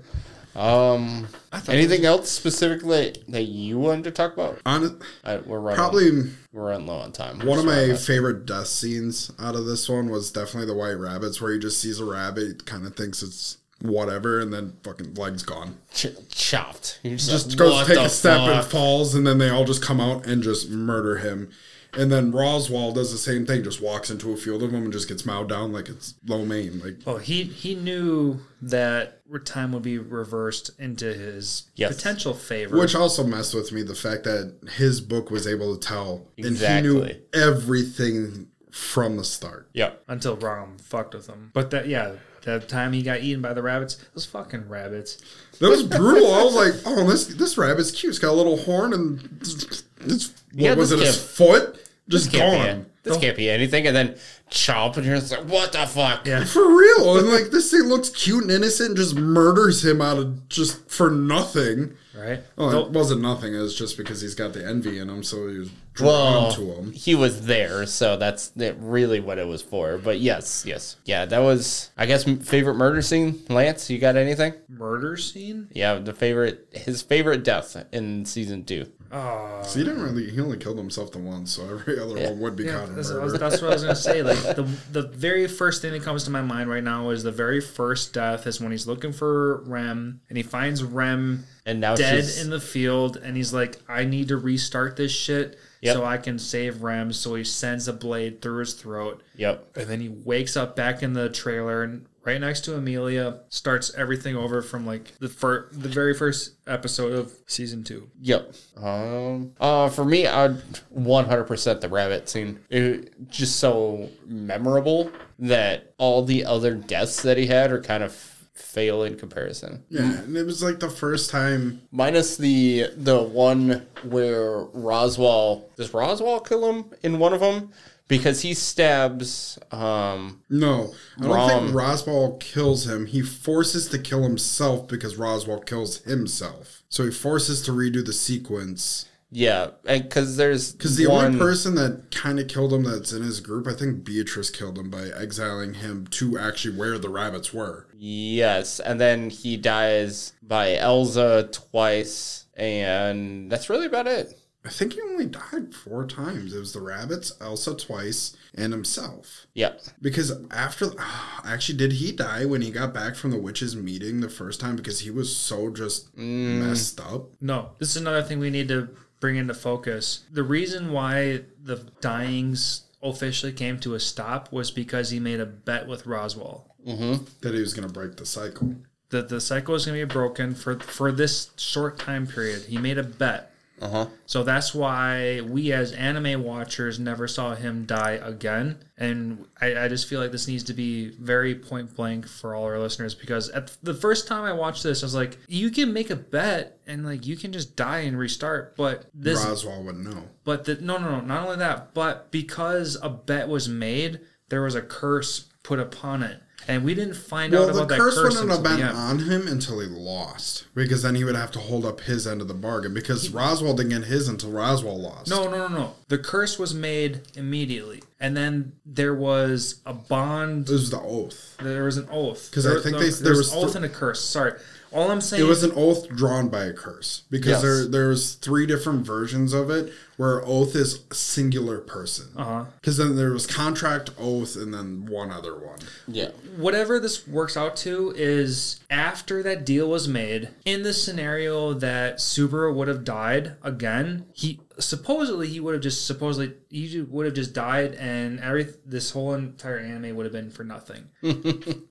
Speaker 5: um.
Speaker 1: thought
Speaker 5: Anything else specifically that you wanted to talk about?
Speaker 2: On
Speaker 5: I, we're running.
Speaker 2: probably
Speaker 5: we're running low on time.
Speaker 2: one of my
Speaker 5: Sorry.
Speaker 2: favorite death scenes out of this one was definitely the white rabbits, where he just sees a rabbit, kind of thinks it's whatever, and then fucking legs gone.
Speaker 5: Ch- chopped. You just,
Speaker 2: Just goes
Speaker 5: "What
Speaker 2: take
Speaker 5: the
Speaker 2: a step and
Speaker 5: fuck?"
Speaker 2: falls, and then they all just come out and just murder him. And then Roswell does the same thing, just walks into a field of them and just gets mowed down like it's low main. Like
Speaker 1: Well, Oh, he he knew that time would be reversed into his
Speaker 5: Yes.
Speaker 1: potential favor.
Speaker 2: Which also messed with me the fact that his book was able to tell and he
Speaker 5: Exactly.
Speaker 2: knew everything from the start.
Speaker 5: Yep.
Speaker 1: until Rom fucked with him. But that yeah, that time he got eaten by the rabbits, those fucking rabbits.
Speaker 2: That was brutal. I was like, oh, this this rabbit's cute. It's got a little horn and it's, what
Speaker 1: Yeah,
Speaker 2: was it?
Speaker 1: this
Speaker 2: His
Speaker 1: kid-
Speaker 2: foot? Just
Speaker 3: can't be
Speaker 2: gone.
Speaker 3: it. This can't be anything. And then chomp, and you're just like, what the fuck?
Speaker 1: Yeah.
Speaker 2: For real. And like this thing looks cute and innocent and just murders him out of just for nothing.
Speaker 1: Right?
Speaker 2: Oh,
Speaker 1: Though-
Speaker 2: it wasn't nothing. It was just because he's got the envy in him, so he was drawn
Speaker 3: Well,
Speaker 2: to him.
Speaker 3: he was there, so that's that really what it was for. But yes, yes, yeah, that was I guess m- favorite murder scene. Lance, you got anything?
Speaker 1: murder scene?
Speaker 3: Yeah, the favorite, his favorite death in season two.
Speaker 1: Oh.
Speaker 2: So he didn't really. He only killed himself the once, so every other one would be
Speaker 1: Yeah,
Speaker 2: caught in
Speaker 1: that's,
Speaker 2: murder.
Speaker 1: what I was, that's what I was gonna say. Like the the very first thing that comes to my mind right now is the very first death is when he's looking for Rem and he finds Rem
Speaker 3: And now
Speaker 1: dead
Speaker 3: she's
Speaker 1: in the field and he's like, I need to restart this shit
Speaker 3: Yep.
Speaker 1: so I can save Rem. So he sends a blade through his throat
Speaker 3: yep.
Speaker 1: and then he wakes up back in the trailer and right next to Amelia starts everything over from like the fir- the very first episode of season two.
Speaker 3: Yep. Um. Uh. For me, I'd one hundred percent the rabbit scene. It just so memorable that all the other deaths that he had are kind of fail in comparison.
Speaker 2: yeah, and it was like the first time.
Speaker 3: Minus the the one where Roswell does Roswell kill him in one of them because he stabs. Um.
Speaker 2: No, I don't
Speaker 3: Rom.
Speaker 2: think Roswell kills him. He forces to kill himself because Roswell kills himself. So he forces to redo the sequence.
Speaker 3: Yeah, and because there's
Speaker 2: Because the only person that kind of killed him that's in his group, I think Beatrice killed him by exiling him to actually where the rabbits were.
Speaker 3: Yes, and then he dies by Elza twice, and that's really about it.
Speaker 2: I think he only died four times. It was the rabbits, Elsa twice, and himself.
Speaker 3: Yep.
Speaker 2: Because after, actually, did he die when he got back from the witches' meeting the first time? Because he was so just messed up.
Speaker 1: No, this is another thing we need to bring into focus. The reason why the dyings officially came to a stop was because he made a bet with Roswell
Speaker 2: that he was going to break the cycle.
Speaker 1: that the cycle was going to be broken for for this short time period. He made a bet.
Speaker 3: Uh
Speaker 2: Uh-huh.
Speaker 3: huh.
Speaker 1: So that's why we as anime watchers never saw him die again. And I, I just feel like this needs to be very point blank for all our listeners because at the first time I watched this, I was like, you can make a bet and like you can just die and restart. But this
Speaker 2: Roswell would know.
Speaker 1: but the, no, no, no. Not only that, but because a bet was made, there was a curse put upon it, and we didn't find
Speaker 2: Well,
Speaker 1: out
Speaker 2: the
Speaker 1: about that
Speaker 2: curse
Speaker 1: curse
Speaker 2: wouldn't
Speaker 1: until
Speaker 2: have
Speaker 1: the
Speaker 2: been
Speaker 1: end.
Speaker 2: on him until he lost, because then he would have to hold up his end of the bargain. Because Roswell didn't get his until Roswell lost.
Speaker 1: No, no, no, no. The curse was made immediately, and then there was a bond.
Speaker 2: it was the oath.
Speaker 1: There was an oath.
Speaker 2: 'Cause I
Speaker 1: There-
Speaker 2: think
Speaker 1: no,
Speaker 2: they-
Speaker 1: there
Speaker 2: there
Speaker 1: was
Speaker 2: was
Speaker 1: an oath
Speaker 2: th-
Speaker 1: and a curse. Sorry. All I'm saying
Speaker 2: It was an oath drawn by a curse,
Speaker 3: Yes.
Speaker 2: because there there's three different versions of it, where oath is a singular person.
Speaker 1: Uh-huh.
Speaker 2: Because then there was contract, oath, and then one other one.
Speaker 3: Yeah.
Speaker 1: whatever this works out to is after that deal was made in the scenario that Subaru would have died again he supposedly he would have just supposedly he ju- would have just died and every this whole entire anime would have been for nothing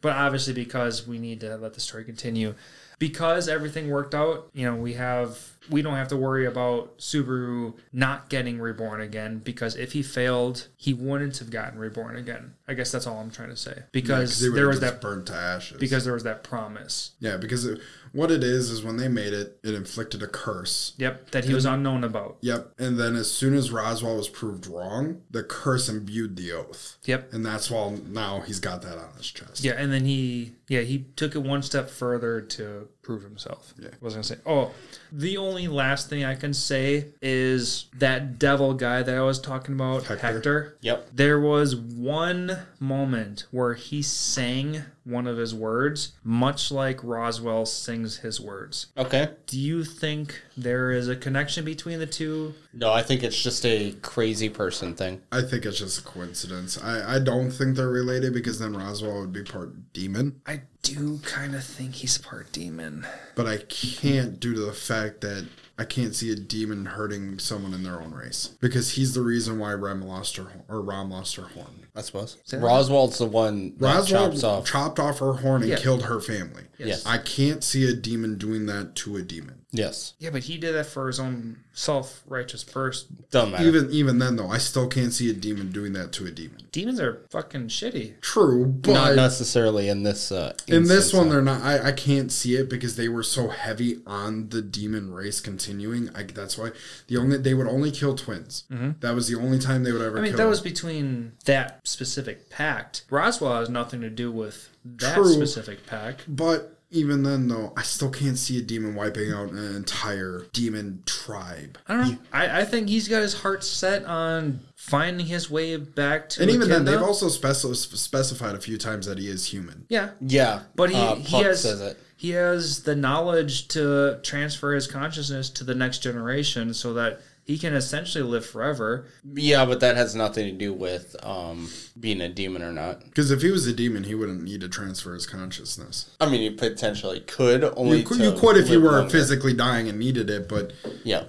Speaker 1: but obviously because we need to let the story continue because everything worked out you know we have we don't have to worry about Subaru not getting reborn again because if he failed he wouldn't have gotten reborn again I guess that's all I'm trying to say because
Speaker 2: They would've
Speaker 1: there was
Speaker 2: just
Speaker 1: that
Speaker 2: burnt to ashes.
Speaker 1: because there was that promise
Speaker 2: yeah, because it, what it is is when they made it, it inflicted a curse.
Speaker 1: yep that he was unknown about
Speaker 2: Yep. And then as soon as Roswell was proved wrong, the curse imbued the oath.
Speaker 1: yep
Speaker 2: And that's why now he's got that on his chest.
Speaker 1: Yeah, and then he yeah he took it one step further to prove himself. Yeah, was gonna say. Oh, the only last thing I can say is that devil guy that I was talking about, Hector.
Speaker 3: Yep.
Speaker 1: There was one moment where he sang one of his words, much like Roswell sings his words.
Speaker 3: Okay.
Speaker 1: Do you think there is a connection between the two?
Speaker 3: No, I think it's just a crazy person thing.
Speaker 2: I think it's just a coincidence. I, I don't think they're related because then Roswell would be part demon.
Speaker 1: I do kind of think he's part demon.
Speaker 2: But I can't due to the fact that I can't see a demon hurting someone in their own race. Because he's the reason why Rem lost her ho- or Rom lost her horn.
Speaker 3: I suppose Roswell's the one that
Speaker 2: Roswell
Speaker 3: chops off.
Speaker 2: chopped off her horn and
Speaker 1: Yeah.
Speaker 2: killed her family.
Speaker 1: Yes.
Speaker 2: I can't see a demon doing that to a demon.
Speaker 3: yes.
Speaker 1: Yeah, but he did that for his own self righteous person.
Speaker 3: Doesn't matter.
Speaker 2: Even even then though, I still can't see a demon doing that to a demon.
Speaker 1: Demons are fucking shitty.
Speaker 2: True,
Speaker 3: Not
Speaker 2: but
Speaker 3: necessarily in this. Uh,
Speaker 2: in this
Speaker 3: instance,
Speaker 2: one
Speaker 3: though.
Speaker 2: they're not. I, I can't see it because they were so heavy on the demon race continuing. I, that's why the only they would only kill twins. That was the only time they would ever.
Speaker 1: Mm-hmm. I mean,
Speaker 2: kill
Speaker 1: that was between that specific pact. Roswell has nothing to do with that
Speaker 2: True.
Speaker 1: specific pact.
Speaker 2: But even then, though, I still can't see a demon wiping out an entire demon tribe.
Speaker 1: I don't know. I, I think he's got his heart set on finding his way back to.
Speaker 2: And even then, they've
Speaker 1: Akinda.
Speaker 2: also speci- specified a few times that he is human.
Speaker 1: yeah,
Speaker 3: Yeah,
Speaker 1: but he
Speaker 3: uh,
Speaker 1: he
Speaker 3: Puck
Speaker 1: has
Speaker 3: says it.
Speaker 1: he has the knowledge to transfer his consciousness to the next generation, so that he can essentially live forever.
Speaker 3: Yeah, but that has nothing to do with um, being a demon or not.
Speaker 2: Because if he was a demon, he wouldn't need to transfer his consciousness.
Speaker 3: I mean, you potentially could only
Speaker 2: You could,
Speaker 3: to
Speaker 2: you could if you
Speaker 3: live
Speaker 2: were
Speaker 3: longer.
Speaker 2: physically dying and needed it, but
Speaker 3: Yeah,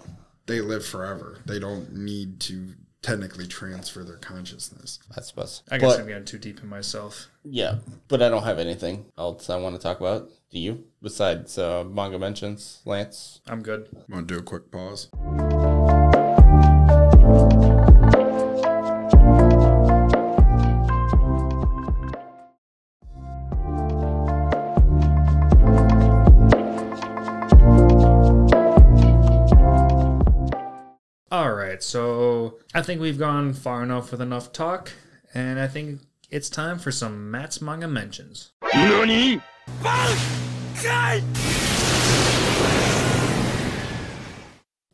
Speaker 2: they live forever. They don't need to technically transfer their consciousness.
Speaker 3: that's best.
Speaker 1: I guess
Speaker 3: But-
Speaker 1: I'm getting too deep in myself.
Speaker 3: Yeah, but I don't have anything else I want to talk about. Do you? Besides uh, manga mentions, Lance.
Speaker 1: I'm good.
Speaker 2: Want to do a quick pause?
Speaker 1: All right, so I think we've gone far enough with enough talk, and I think it's time for some Matt's manga mentions.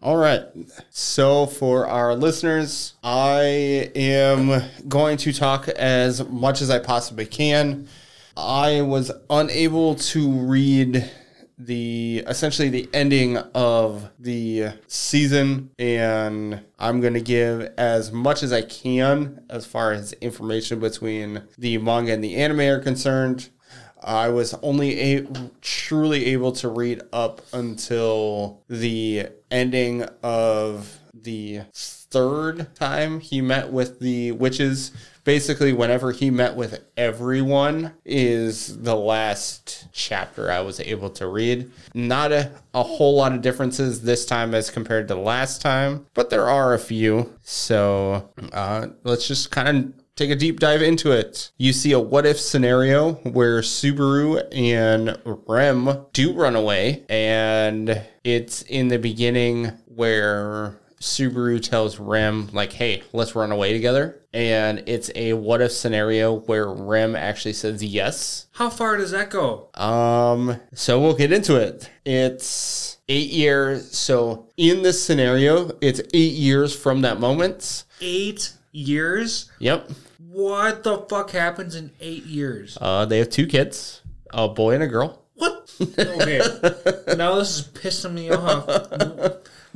Speaker 3: All right. So for our listeners, I am going to talk as much as I possibly can. I was unable to read the essentially the ending of the season and I'm going to give as much as I can as far as information between the manga and the anime are concerned. I was only a- truly able to read up until the ending of the third time he met with the witches. Basically, whenever he met with everyone is the last chapter I was able to read. Not a, a whole lot of differences this time as compared to last time, but there are a few. So uh, let's just kind of take a deep dive into it. You see a what if scenario where Subaru and Rem do run away, and it's in the beginning where Subaru tells Rem, like, hey, let's run away together. And it's a what if scenario where Rem actually says yes.
Speaker 1: How far does that go?
Speaker 3: Um, so we'll get into it. It's eight years. So in this scenario, it's eight years from that moment.
Speaker 1: Eight years?
Speaker 3: Yep.
Speaker 1: What the fuck happens in eight years?
Speaker 3: Uh, they have two kids, a boy and a girl.
Speaker 1: What? Okay. now this is pissing me off.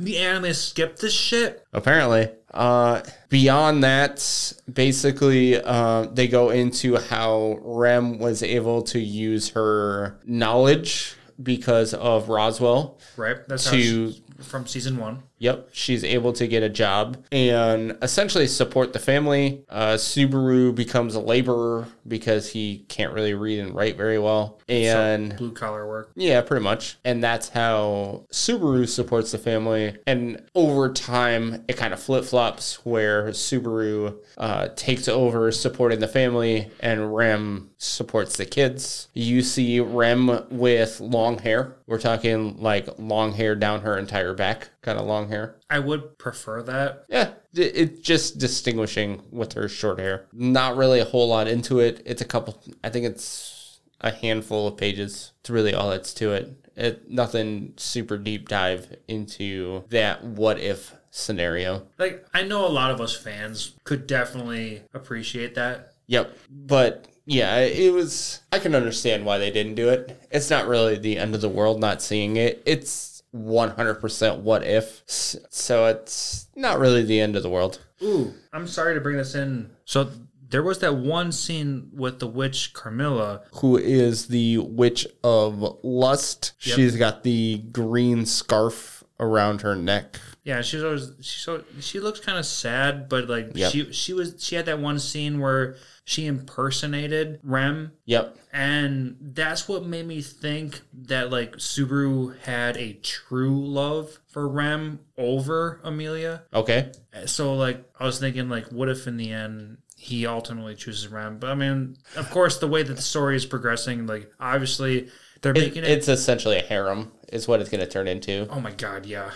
Speaker 1: The anime skipped this shit.
Speaker 3: apparently. Uh, beyond that, basically, uh, they go into how Rem was able to use her knowledge because of Roswell
Speaker 1: Right? That's how she,
Speaker 3: to
Speaker 1: from season one.
Speaker 3: Yep, she's able to get a job and essentially support the family. Uh, Subaru becomes a laborer because he can't really read and write very well, and
Speaker 1: Blue collar work.
Speaker 3: yeah, pretty much. And that's how Subaru supports the family. And over time, it kind of flip flops where Subaru uh, takes over supporting the family and Rem supports the kids. You see Rem with long hair. We're talking like long hair down her entire back, kind of long hair.
Speaker 1: I would prefer that.
Speaker 3: Yeah, d- it just distinguishing with her short hair. Not really a whole lot into it. It's a couple. I think it's a handful of pages. It's really all that's to it. It nothing super deep dive into that what if scenario.
Speaker 1: Like, I know a lot of us fans could definitely appreciate that.
Speaker 3: Yep, but. Yeah, it was. I can understand why they didn't do it. It's not really the end of the world not seeing it. It's 100% what if. S- So it's not really the end of the world.
Speaker 1: Ooh, Mm. I'm sorry to bring this in. So there was that one scene with the witch Carmilla.
Speaker 3: who is the witch of lust. She's got the green scarf around her neck.
Speaker 1: Yeah, she's always she so she looks kind of sad, but like
Speaker 3: Yep.
Speaker 1: she she was she had that one scene where she impersonated Rem,
Speaker 3: Yep.
Speaker 1: and that's what made me think that like Subaru had a true love for Rem over Amelia.
Speaker 3: Okay.
Speaker 1: So like I was thinking like what if in the end he ultimately chooses Rem? But I mean, of course, the way that the story is progressing, like obviously they're
Speaker 3: It-
Speaker 1: making it.
Speaker 3: it's essentially a harem, is what it's going to turn into.
Speaker 1: oh my god, yeah.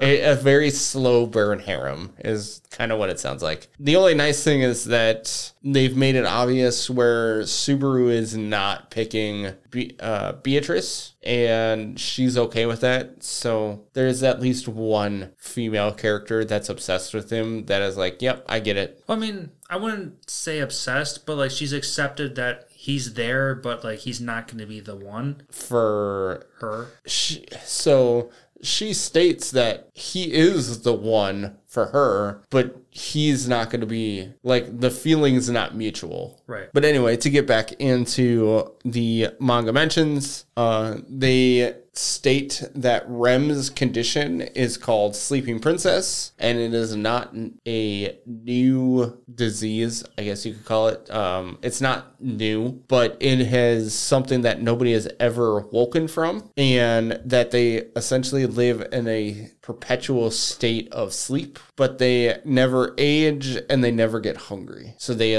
Speaker 3: A, a very slow burn harem is kind of what it sounds like. The only nice thing is that they've made it obvious where Subaru is not picking Be- uh, Beatrice, and she's okay with that. So there's at least one female character that's obsessed with him that is like, yep, I get it.
Speaker 1: Well, I mean, I wouldn't say obsessed, but like she's accepted that he's there, but like he's not going to be the one.
Speaker 3: For
Speaker 1: Her.
Speaker 3: she, so she states that he is the one for her, but he's not going to be like the feeling's not mutual.
Speaker 1: Right.
Speaker 3: But anyway, to get back into the manga mentions, uh, they state that Rem's condition is called Sleeping Princess, and it is not n- a new disease, I guess you could call it. Um, it's not new, but it has something that nobody has ever woken from, and that they essentially live in a perpetual state of sleep, but they never age and they never get hungry. So they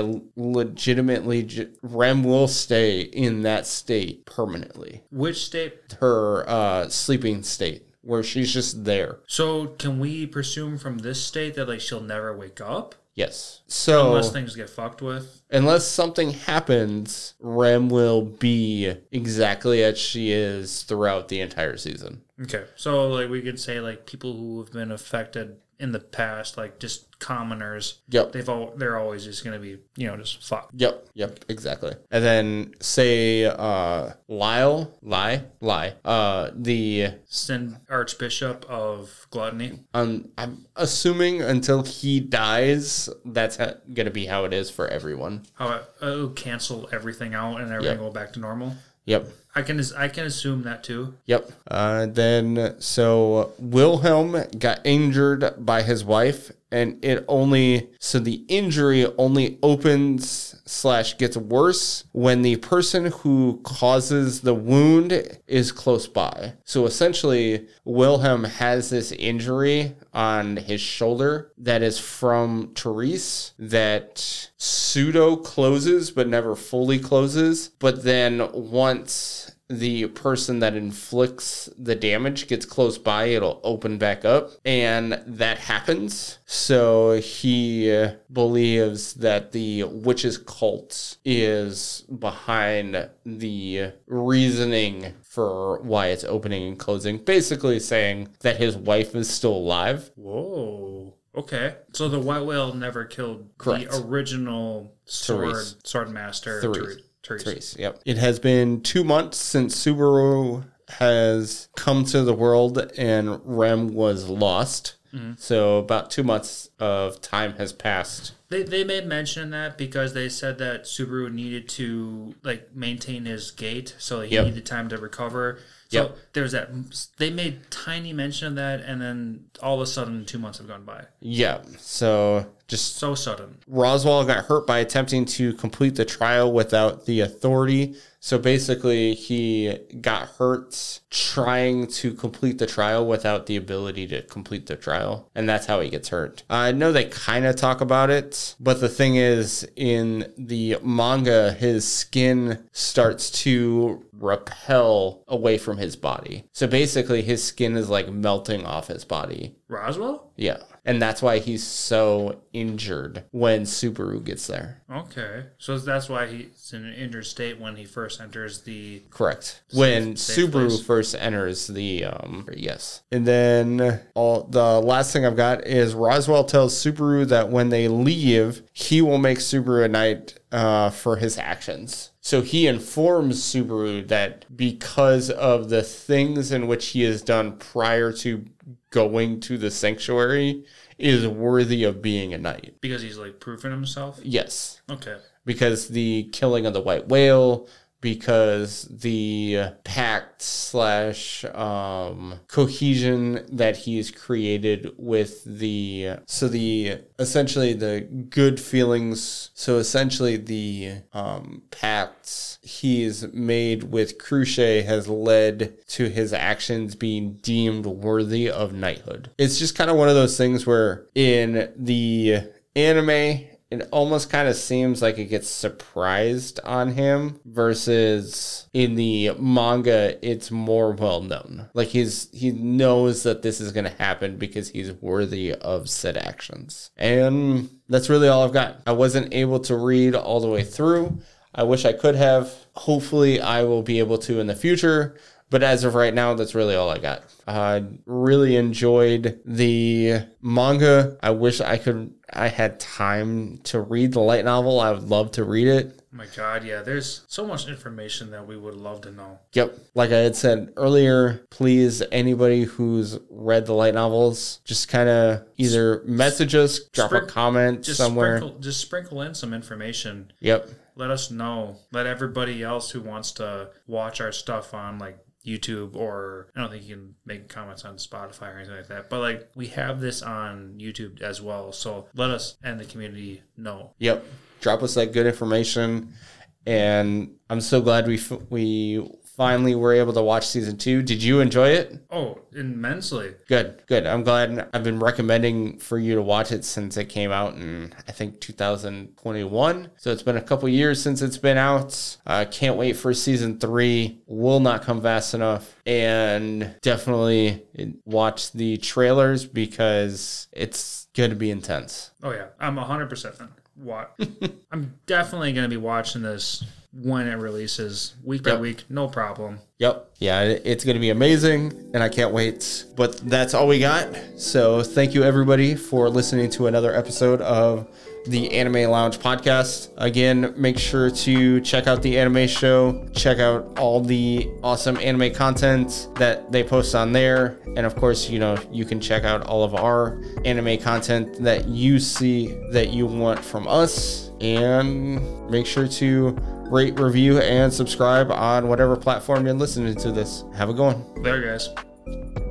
Speaker 3: legitimately, j- Rem will stay in that state permanently,
Speaker 1: Which state?
Speaker 3: her uh, sleeping state, where she's just there.
Speaker 1: So can we presume from this state that like she'll never wake up
Speaker 3: Yes. So
Speaker 1: unless things get fucked with?
Speaker 3: unless something happens, Rem will be exactly as she is throughout the entire season.
Speaker 1: Okay. So like we could say like people who have been affected in the past, like just commoners,
Speaker 3: Yep.
Speaker 1: they've all they're always just going to be you know just fucked.
Speaker 3: Yep, yep, exactly. And then say uh Lyle, Lie, Lie, uh the
Speaker 1: Sin Archbishop of Gluttony.
Speaker 3: um I'm assuming until he dies, that's ha- going to be how it is for everyone.
Speaker 1: How oh cancel everything out and everything
Speaker 3: Yeah.
Speaker 1: go back to normal.
Speaker 3: Yep.
Speaker 1: I can I can assume that too.
Speaker 3: Yep. Uh, then so Wilhelm got injured by his wife, and it only so the injury only opens slash gets worse when the person who causes the wound is close by. So essentially, Wilhelm has this injury on his shoulder that is from Therese that pseudo closes but never fully closes. But then once the person that inflicts the damage gets close by, it'll open back up. And that happens. So he uh, believes that the witch's cult is behind the reasoning for why it's opening and closing. Basically, saying that his wife is still alive.
Speaker 1: Whoa. Okay. So the white whale never killed
Speaker 3: Correct.
Speaker 1: the original sword
Speaker 3: Therese.
Speaker 1: sword master.
Speaker 3: Therese.
Speaker 1: Therese.
Speaker 3: Therese, yep. It has been two months since Subaru has come to the world and Rem was lost. So about two months of time has passed.
Speaker 1: They they made mention of that because they said that Subaru needed to like maintain his gait, so he
Speaker 3: Yep.
Speaker 1: needed time to recover. So
Speaker 3: Yep.
Speaker 1: there's that. They made tiny mention of that, and then all of a sudden, two months have gone by.
Speaker 3: Yeah. So just
Speaker 1: So sudden.
Speaker 3: Roswell got hurt by attempting to complete the trial without the authority. So basically, he got hurt trying to complete the trial without the ability to complete the trial. And that's how he gets hurt. I know they kind of talk about it, but the thing is, in the manga, his skin starts to repel away from his body. So basically, his skin is like melting off his body.
Speaker 1: Roswell.
Speaker 3: Yeah. And that's why he's so injured when Subaru gets there.
Speaker 1: Okay. So that's why he's in an injured state when he first enters the.
Speaker 3: Correct. When
Speaker 1: safe
Speaker 3: Subaru
Speaker 1: place.
Speaker 3: first enters the um yes. And then all the last thing I've got is Roswell tells Subaru that when they leave, he will make Subaru a knight uh, for his actions. So he informs Subaru that because of the things in which he has done prior to going to the sanctuary is worthy of being a knight.
Speaker 1: Because he's like proving himself.
Speaker 3: Yes.
Speaker 1: Okay.
Speaker 3: because the killing of the white whale, because the pact slash um, cohesion that he's created with the so the essentially the good feelings so essentially the um, pacts he's made with Cruchet has led to his actions being deemed worthy of knighthood. It's just kind of one of those things where in the anime it almost kind of seems like it gets surprised on him versus in the manga it's more well known like he's he knows that this is going to happen because he's worthy of said actions and that's really all i've got i wasn't able to read all the way through i wish i could have hopefully i will be able to in the future but as of right now, that's really all I got. I really enjoyed the manga. I wish I could, I had time to read the light novel. I would love to read it.
Speaker 1: my God, yeah. There's so much information that we would love to know.
Speaker 3: Yep. Like I had said earlier, please, anybody who's read the light novels, just kind of either message us, drop a
Speaker 1: Sprinkle-
Speaker 3: comment
Speaker 1: Just
Speaker 3: somewhere.
Speaker 1: sprinkle, just sprinkle in some information.
Speaker 3: Yep.
Speaker 1: Let us know. Let everybody else who wants to watch our stuff on like YouTube or I don't think you can make comments on Spotify or anything like that. But like we have this on YouTube as well, so let us and the community know.
Speaker 3: Yep. Drop us that good information. And I'm so glad we, f- we finally were able to watch season two. Did you enjoy it?
Speaker 1: Oh, immensely.
Speaker 3: Good, good. I'm glad I've been recommending for you to watch it since it came out in I think 2021. So it's been a couple years since it's been out. Uh, can't wait for season three. Will not come fast enough. And definitely watch the trailers because it's going to be intense.
Speaker 1: Oh yeah, I'm 100% on what. I'm definitely going to be watching this when it releases week by
Speaker 3: Yep.
Speaker 1: week, no problem.
Speaker 3: Yep. Yeah, it- it's going to be amazing, and I can't wait. But that's all we got. So thank you, everybody, for listening to another episode of the Anime Lounge podcast. Again, make sure to check out the anime show, check out all the awesome anime content that they post on there. And of course, you know, you can check out all of our anime content that you see that you want from us. And make sure to rate, review, and subscribe on whatever platform you're listening to this. Have a good one.
Speaker 1: There, guys.